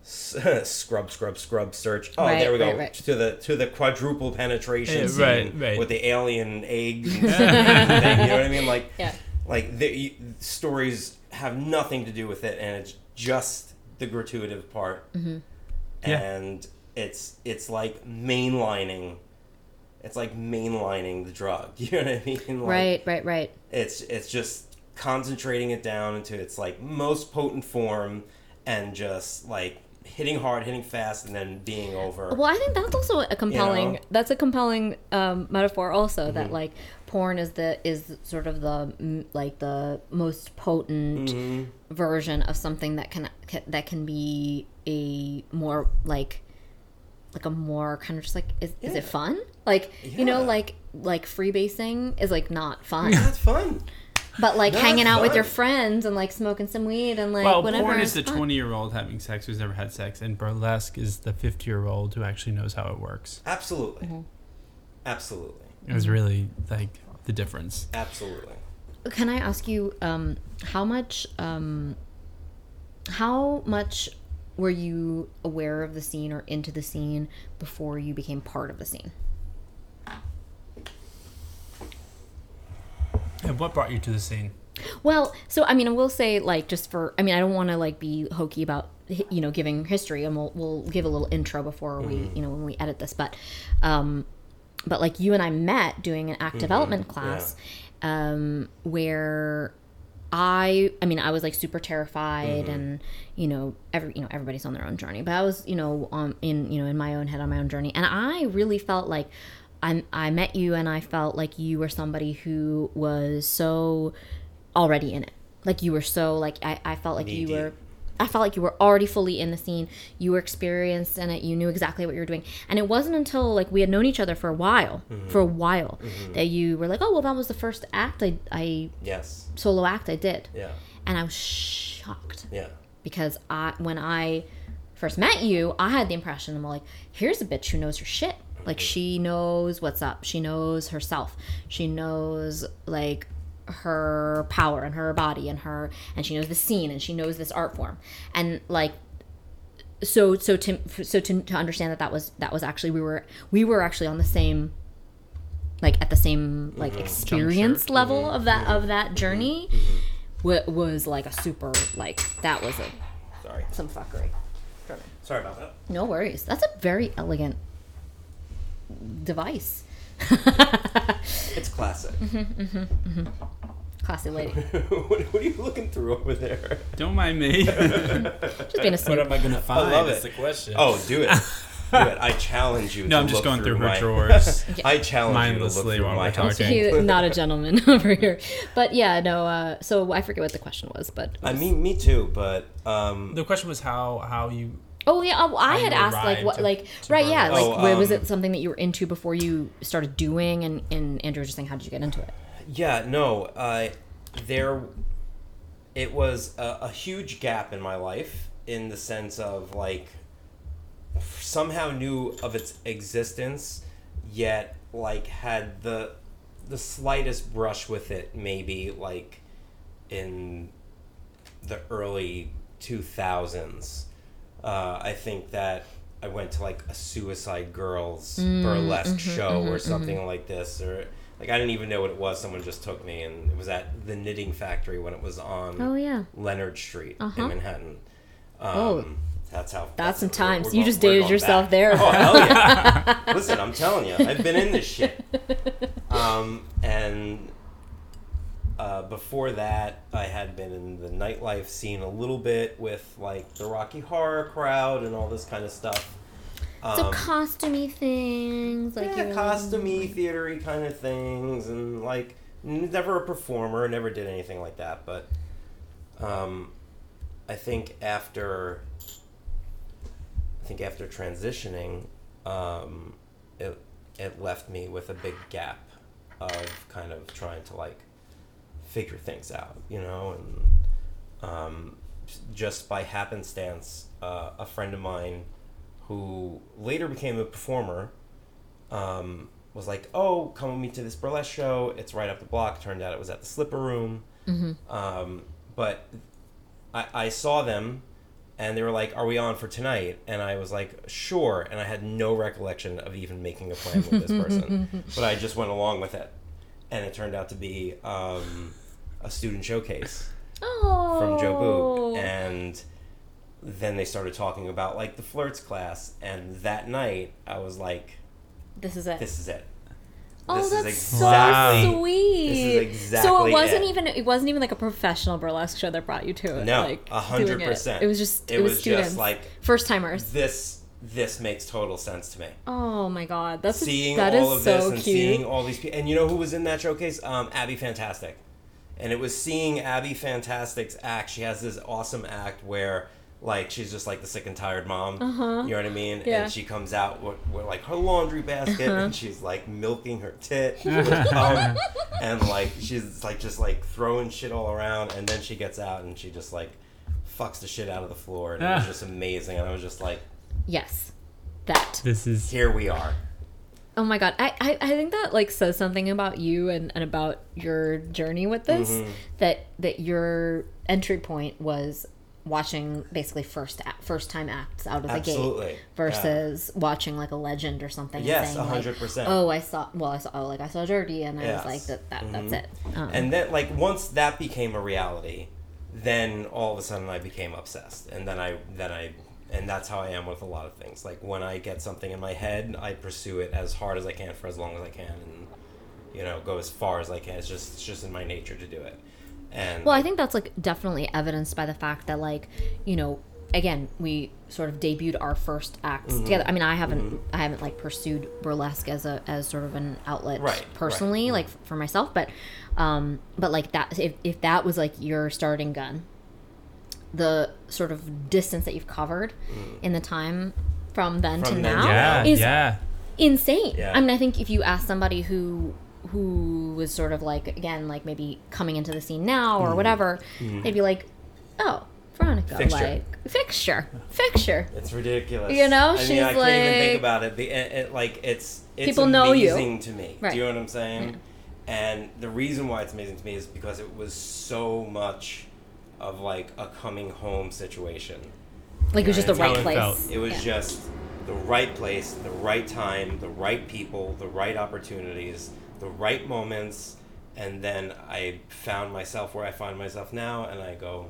s- scrub, scrub, scrub, search. Oh,
Right,
there we go
right, right.
to the to the quadruple penetration
Yeah,
scene
Eh, right, right.
with the alien egg. and thing, you know what I mean? Like
yeah
like the you- stories have nothing to do with it and it's just the gratuitive part
Mm-hmm.
Yeah.
and it's it's like mainlining it's like mainlining the drug you know what i mean like,
right right right
it's it's just concentrating it down into its like most potent form and just like hitting hard hitting fast and then being over
Well, I think that's also a compelling.
know? Mm-hmm.
That's a compelling um, metaphor, also that like porn is the is sort of the mm, like the most potent
Mm-hmm.
version of something that can ca- that can be a more like like a more kind of just like is, is it fun? Like you know,
Yeah.
like like freebasing is like not fun,
that's fun
but like
No,
hanging
that's
out with
fun.
your friends and like smoking some weed and like
well,
whatever.
porn is the
fun.
twenty-year-old having sex who's never had sex, and burlesque is the fifty-year-old who actually knows how it works.
absolutely absolutely
It
Mm-hmm.
was really like the difference.
absolutely
Can I ask you um, how much um, how much were you aware of the scene or into the scene before you became part of the scene?
And what brought you to the scene?
Well, so I mean, I will say like just for I mean, I don't want to like be hokey about hi- you know giving history, and we'll we'll give a little intro before we you know when we edit this, but um, but like you and I met doing an act development class, um, where I I mean I was like super terrified and you know every you know everybody's on their own journey but I was you know um in you know in my own head on my own journey and I really felt like I I met you and I felt like you were somebody who was so already in it like you were so like I, I felt like you
Knee-deep.
were I felt like you were already fully in the scene. You were experienced in it. You knew exactly what you were doing. And it wasn't until like we had known each other for a while, for a while, that you were like, "Oh, well, that was the first act I, I
Yes.
solo act I did."
Yeah.
And I was shocked
Yeah.
because I when I first met you, I had the impression I'm like, here's a bitch who knows her shit. Like she knows what's up. She knows herself. She knows like her power and her body and her and she knows the scene and she knows this art form. And like so so to so to, to understand that that was that was actually we were we were actually on the same like at the same like experience level of that of that journey wa- was like a super like that was a
Sorry.
some fuckery.
Sorry about that.
No worries. That's a very elegant device.
It's classic.
Classy lady.
what, what are you looking through over there?
Don't mind me.
Just being a
what
snoop.
am I gonna find?
love
That's
it.
the question.
Oh, do it. do it. I challenge you.
no,
to
I'm just
look
going through, her
my-
drawers.
I challenge
Mindlessly
you to look
while
through my
we're
house.
talking.
He- not a gentleman over here. But yeah, no. Uh, so I forget what the question was, but
I mean, me too, but um,
the question was how how you
oh yeah, oh, I had
you
asked like
arrived
what
to-
like
to
right yeah
Berlin.
like
Oh,
wa- was
um,
it something that you were into before you started doing and and Andrew was just saying how did you get into it?
yeah, no, uh, there, it was a, a huge gap in my life in the sense of like somehow knew of its existence, yet like had the the slightest brush with it, maybe like in the early 2000s. Uh, I think that I went to like a Suicide Girls burlesque show or something like this, or like I didn't even know what it was. Someone just took me, and it was at the Knitting Factory when it was on
Oh yeah,
Leonard Street
Uh-huh.
in Manhattan. Um,
Oh.
that's how.
That's some
we're-
times.
we're
You
going-
just
we're
dated
going
yourself
back.
there,
Oh
bro.
hell yeah! Listen, I'm telling you, I've been in this shit. Um, and uh, before that, I had been in the nightlife scene a little bit with like the Rocky Horror crowd and all this kind of stuff. Um,
so costumey things like
yeah,
you were-
costumey, theatery kind of things, and like n- never a performer, never did anything like that. But um, I think after, I think after transitioning, um, it it left me with a big gap of kind of trying to like figure things out, you know, and um, s- just by happenstance, uh, a friend of mine who later became a performer um, was like, "Oh, come with me to this burlesque show. It's right up the block." Turned out it was at the Slipper Room. Um, but I, I saw them, and they were like, "Are we on for tonight?" And I was like, "Sure." And I had no recollection of even making a plan with this person, but I just went along with it, and it turned out to be um, a student showcase
Oh.
from Joe Boog. And then they started talking about like the flirts class, and that night I was like,
This is it.
"This is it."
oh,
this is
that's
exactly-
so sweet.
this is
so
exactly
it wasn't
it.
even it wasn't even like a professional burlesque show that brought you to it.
No,
like,
a hundred
doing it.
percent.
It was just it,
It
was,
was just
students,
like-
first timers.
this this makes total sense to me.
Oh my god, that's
Seeing
that is
all of this
so
and
cute.
seeing all these people, and you know who was in that showcase? Um, Abby Fantastic, and it was seeing Abby Fantastic's act. She has this awesome act where. Like she's just like the sick and tired mom,
Uh-huh.
you know what I mean?
Yeah. Uh-huh.
And she comes out with, with like her laundry basket, and she's like milking her tit, with her cum, and like she's like just like throwing shit all around, and then she gets out and she just like fucks the shit out of the floor, and it was
Ah.
just amazing. And I was just like,
yes, that.
this is
here we are.
Oh my god, I, I I think that like says something about you and and
Mm-hmm.
about your journey with this that that your entry point was watching basically first a- first time acts out of the
Absolutely.
gate versus watching like a legend or something. and
Yes,
saying, like,
100%.
Oh, I saw. Well, I saw. Oh, like I saw Dirty, and I
Yes. Mm-hmm.
was like, that, that that's it. Um,
and then like once that became a reality then all of a sudden i became obsessed and then i then i and that's how i am with a lot of things like when i get something in my head i pursue it as hard as i can for as long as i can and you know go as far as i can it's just it's just in my nature to do it and
Well, I think that's like definitely evidenced by the fact that like, you know, again, we sort of debuted our first acts
Mm-hmm.
together. I mean, I haven't I haven't like pursued burlesque as a as sort of an outlet
Right, right.
personally, like f- for myself, but um but like that if if that was like your starting gun, the sort of distance that you've covered in the time from then
Mm. From
to
then,
now
yeah,
Oh, is
yeah.
insane.
Yeah.
I mean, I think if you ask somebody who who was sort of like again, like maybe coming into the scene now
Mm-hmm.
or whatever, they'd be like, "Oh, Veronica,
Fixture.
like fixture, fixture."
it's ridiculous
You know,
I
she's
mean, I can't even
like-
think about it. The- it, it like it's it's
People know you.
amazing to me
Right.
do you know what i'm saying and the reason why it's amazing to me is because it was so much of like a coming home situation
Like it was just the
That's how
right
it
place.
felt.
It was
Yeah.
just the right place, the right time, the right people, the right opportunities, the right moments, and then I found myself where I find myself now, and I go.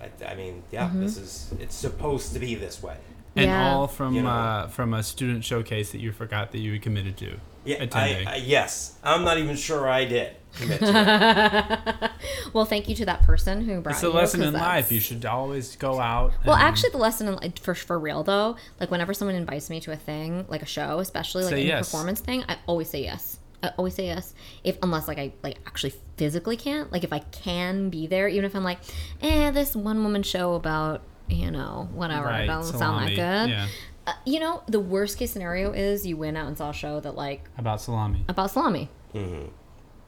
I, I mean, yeah,
Mm-hmm.
this is it's supposed to be this way.
And
Yeah.
all from
You know.
uh, from a student showcase that you forgot that you had committed to.
Yeah, I,
attending.
I, yes, I'm not even sure I did commit to it.
well, thank you to that person who brought.
it's
you,
a lesson
'cause
in
that's-
life. You should always go out.
Well,
and
actually, the lesson in, like, for for real though, like whenever someone invites me to a thing, like a show, especially like
Say
any
yes.
performance thing, I always say yes. I always say yes, if unless like I like actually physically can't. Like if I can be there, even if I'm like, eh, this one woman show about you know whatever
right,
doesn't
salami.
sound that good.
Yeah,
Uh, you know, the worst case scenario is you went out and saw a show that like
about salami.
about salami.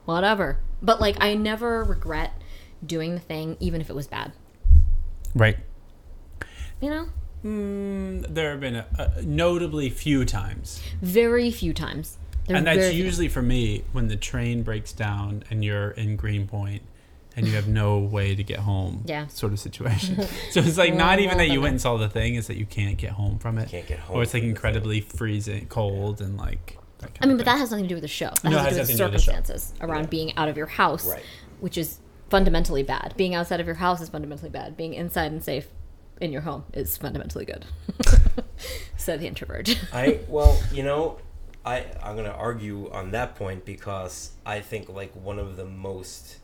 Whatever, but like I never regret doing the thing, even if it was bad.
Right.
You know,
Mm, There have been a, a notably few times,
very few times. There
and
are
that's
very few-
usually for me when the train breaks down and you're in Greenpoint. And you have no way to get home,
Yeah.
sort of situation. so it's like not even that you went and saw the thing; it's that you can't get home from it.
Can't get
or
home
it's like
from the thing.
incredibly freezing, cold, and like. That kind
I mean,
of
but
thing.
that has nothing to do with the show. That
No,
has
it
to do
has
with
nothing to do with the show.
circumstances around being out of your house,
Right.
which is fundamentally bad. Being outside of your house is fundamentally bad. Being inside and safe in your home is fundamentally good. Said the introvert.
I well, you know, I I'm gonna argue on that point because I think like one of the most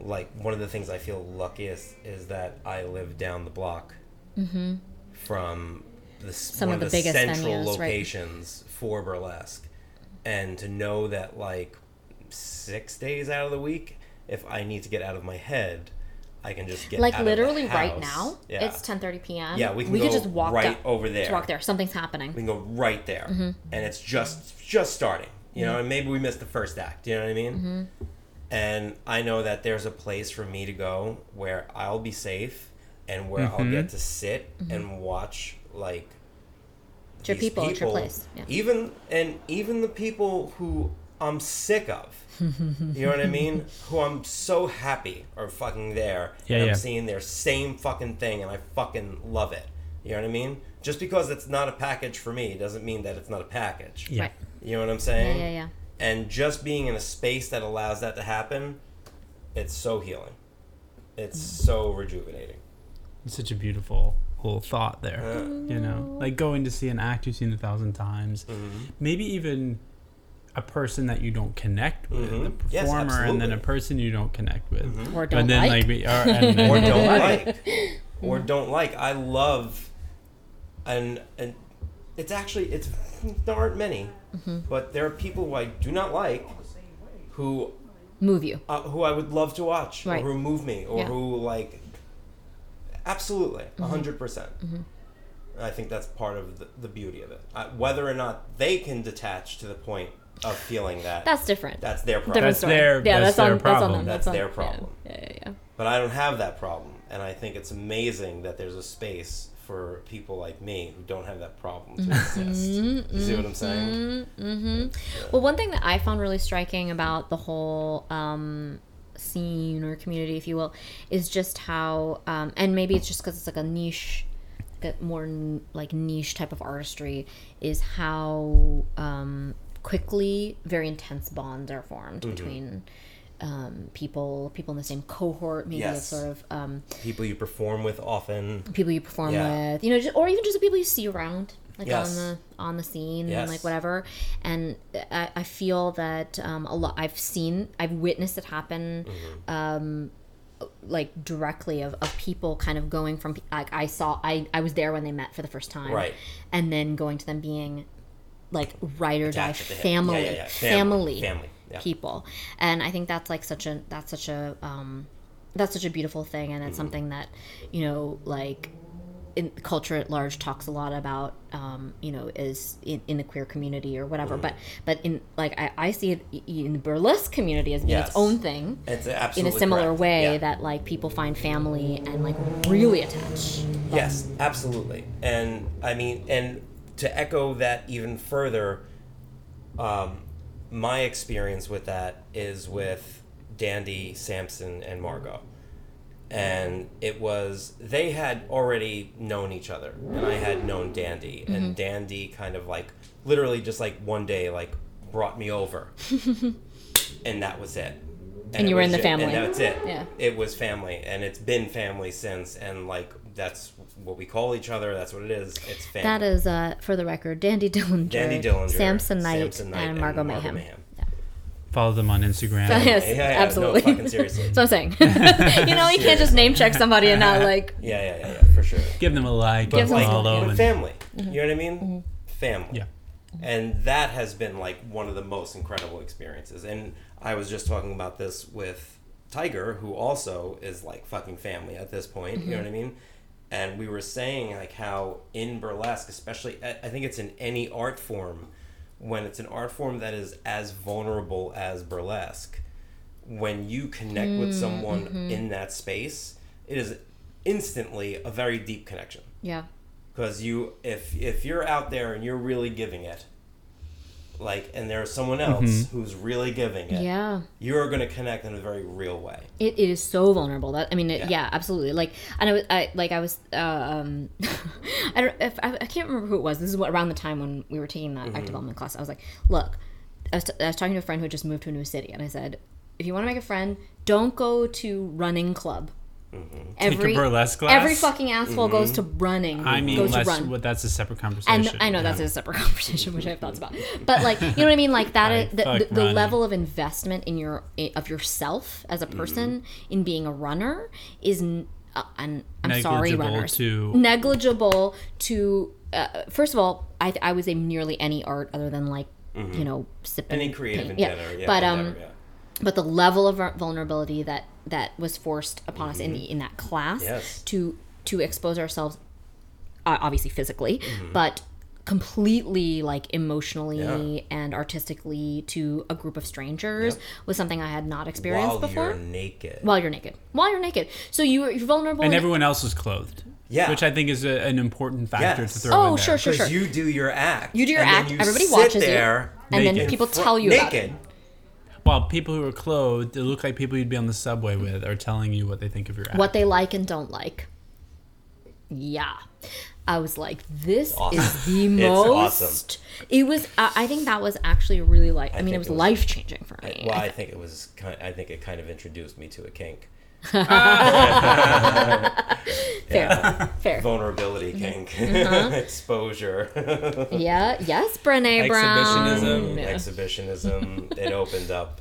like one of the things I feel luckiest is that I live down the block from the
Mm-hmm.
some
of
of
the
the,
biggest
central
venues, right.
locations for burlesque, and to know that like six days out of the week, if I need to get out of my head, I can just get
like
out of the
literally right
house.
now,
Yeah.
it's 10:30 p.m.
Yeah, we can
we could
go
just walk
right
up-
over there.
Just walk Mm-hmm. there. Something's happening.
we can go right there and it's just just starting you know and maybe we missed the first act you know what i mean
Mm-hmm.
and i know that there's a place for me to go where i'll be safe and where
Mm-hmm.
i'll get to sit and watch like
It's your
these
people, it's your place, yeah.
even and even the people who i'm sick of you know what i mean who i'm so happy are fucking there
Yeah,
and
yeah.
i'm seeing their same fucking thing and i fucking love it you know what i mean just because it's not a package for me doesn't mean that it's not a package
Yeah.
Right.
you know what i'm saying
Yeah, yeah, yeah.
and just being in a space that allows that to happen it's so healing it's so rejuvenating
It's such a beautiful little thought there. you know,
Mm-hmm.
like going to see an act you've seen a thousand times,
Mm-hmm.
maybe even a person that you don't connect with, the
Mhm. Yes,
performer, and then a
absolutely. Mm-hmm.
person you don't connect with,
Or
but
don't
then
like.
like, be- or, and,
or
and-
don't like or don't like i love and and it's actually it's there aren't many
Mm-hmm.
but there are people who i do not like who
Move you.
uh, who i would love to watch
Right.
or who move me or
Yeah. Mm-hmm.
who like absolutely a 100% percent i think that's part of the, the beauty of it uh, whether or not they can detach to the point of feeling that
That's different.
that's their problem
different
That's their-
yeah,
that's
that's,
their
on, that's on
problem.
them.
That's
on-
their
yeah.
problem.
Yeah, yeah, yeah.
but I don't have that problem, and I think it's amazing that there's a space for people like me who don't have that problem to
Mm-hmm.
exist. You see what I'm saying?
Well, one thing that I found really striking about the whole um, scene or community, if you will, is just how, um, and maybe it's just because it's like a niche, like a more n- like niche type of artistry, is how um, quickly very intense bonds are formed between um, people, people in the same cohort, maybe of
Yes.
sort of um,
People you perform with often.
people you perform
Yeah.
with, you know, just, or even just the people you see around, like
Yes.
on the on the scene
Yes.
and like whatever. And I, I feel that um, a lot. I've seen, I've witnessed it happen,
Mm-hmm.
um, like directly of, of people kind of going from like I saw, I I was there when they met for the first time,
Right.
and then going to them being like ride or die
Attached at the hip. Yeah,
family,
yeah, yeah. Family,
family,
family, yeah.
people, and I think that's like such a that's such a um, that's such a beautiful thing, and it's
Mm-hmm.
something that you know like in culture at large talks a lot about um, you know is in, in the queer community or whatever
Mm-hmm.
but but in like i, I see it i- in the burlesque community as being
Yes.
its own thing
It's
in
absolutely
a similar
correct.
way
Yeah.
that like people find family and like really attach
Yes, absolutely. And I mean, and to echo that even further, um, my experience with that is with Dandy, Samson, and Margot. And it was, they had already known each other. And I had known Dandy.
Mm-hmm.
And Dandy kind of like, literally just like one day, like brought me over. and that was it.
And you
it
were
was
in the
ju-
family.
And that's it
Yeah.
it was family and it's been family since and like that's what we call each other that's what it is it's family
that is uh for the record dandy dillinger
Dandy Dillinger,
samson knight,
Samson Knight,
and
and
margot
Margot
mayhem,
Mayhem.
Yeah.
Follow them on Instagram.
yes,
yeah, yeah, no,
absolutely.
fucking seriously.
That's what I'm saying. you know, you can't just name check somebody and not like
yeah yeah yeah, yeah for sure
Give them a like,
but
give
them a
like
follow,
but
and
family you know what i mean family
Yeah.
and that has been like one of the most incredible experiences and i was just talking about this with tiger who also is like fucking family at this point you know what i mean and we were saying like how in burlesque especially i I think it's in any art form when it's an art form that is as vulnerable as burlesque when you connect with someone in that space it is instantly a very deep connection
yeah.
because you if if you're out there and you're really giving it like and there's someone else who's really giving it
Yeah.
you are going to connect in a very real way
It, it is so vulnerable. That I mean, it,
Yeah.
yeah. absolutely. Like, and I was, I like, I was, uh, um, I don't, if, I, I can't remember who it was. This is what around the time when we were taking that act
Mm-hmm.
development class. I was like, look, I was, t- I was talking to a friend who had just moved to a new city, and I said, if you want to make a friend, don't go to running club.
Mm-hmm.
take a burlesque class.
Every fucking asshole goes to running.
I mean,
goes to
less,
run.
well, that's a separate
and
conversation.
I know that's a separate conversation, which I have thoughts about. But like, you know what I mean? Like that,
Right,
is- the,
fuck
the, the
running.
level of investment in your of yourself as a person in being a runner is, n- uh, I'm, I'm sorry,
Negligible
runners,
to-
negligible to. Uh, first of all, I, I was a nearly any art other than like, you know, sipping
any creative
paint.
endeavor yeah,
but um,
endeavor, yeah.
but the level of vul- vulnerability that that was forced upon us in the, in that class
Mm-hmm. Yes.
to to expose ourselves uh, obviously physically
Mm-hmm.
but completely like emotionally and artistically to a group of strangers
Yep.
was something i had not experienced
while
before
you're naked
while you're naked while you're naked so you're, you're vulnerable
and
in-
everyone else is clothed.
Yeah.
which I think is a, an important factor
Yes.
to throw in
oh
there.
sure sure
because
sure
you do your act
You do your
and then
act,
you
everybody
sit
watches you,
there
and then
naked.
people
fro-
tell you about
naked
it
Well, people who are clothed, they look like people you'd be on the subway with, are telling you what they think of your act.
what they like and don't like yeah i was like this
awesome.
is the
It's
most
awesome.
it was uh, i think that was actually really like i, mean
think
it was,
it was-
life changing for me
well i think it was kind i think it kind of introduced me to a kink
fair fair
vulnerability kink
Mm-hmm.
exposure
yeah yes brene brown
exhibitionism
Yeah.
exhibitionism it opened up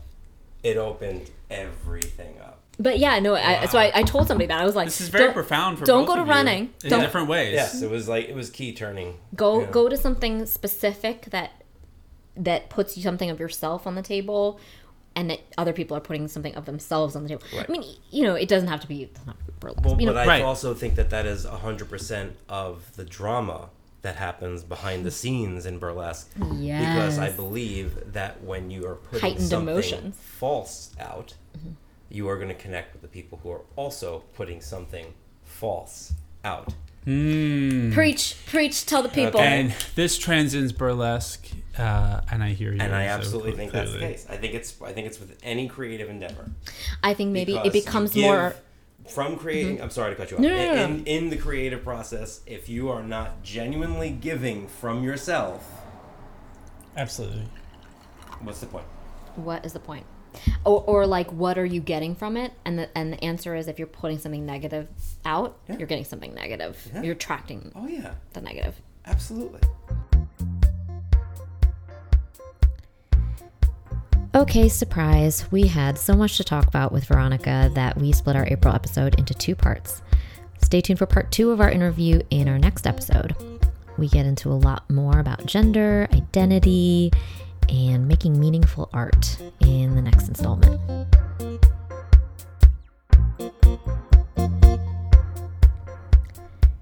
it opened everything up
but yeah no I, so I, I told somebody that i was like
This is very
don't-
profound for
don't
both
go to
of you
running.
in
Don't-
different ways.
yes it was like it was key turning
go
Yeah.
go to something specific that that puts you something of yourself on the table and that other people are putting something of themselves on the table
Right.
i mean you know it doesn't have to be, it doesn't have to be burlesque,
Well,
you know,
but I
Right.
also think that that is 100% of the drama that happens behind the scenes in burlesque. Because I
Yes.
believe that when you are putting
Heightened
something
emotions. Mm-hmm.
false out, you are going to connect with the people who are also putting something false out.
preach preach tell the people
Okay.
And this transcends burlesque uh, and I hear you.
And I
so
absolutely think that's the
clearly.
case. I think it's I think it's with any creative endeavor.
I think maybe it
because you
becomes
give-
more.
from creating. I'm sorry to cut you off.
No, no, no.
In, in the creative process, if you are not genuinely giving from yourself,
Absolutely.
what's the point?
What is the point? Or, or like, what are you getting from it? And the and the answer is, if you're putting something negative out,
Yeah.
you're getting something negative.
Yeah.
You're attracting
Oh yeah,
the negative.
absolutely.
Okay, surprise. We had so much to talk about with Veronica that we split our April episode into two parts. Stay tuned for part two of our interview in our next episode. We get into a lot more about gender, identity, and making meaningful art in the next installment.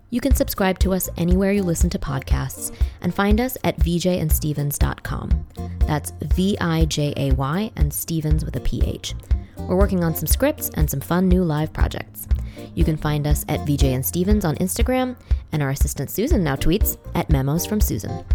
You can subscribe to us anywhere you listen to podcasts and find us at vjandstevens.com. That's V I J A Y and Stevens with a PH. We're working on some scripts and some fun new live projects. You can find us at VJ and Stevens on Instagram, and our assistant Susan now tweets at Memos from Susan.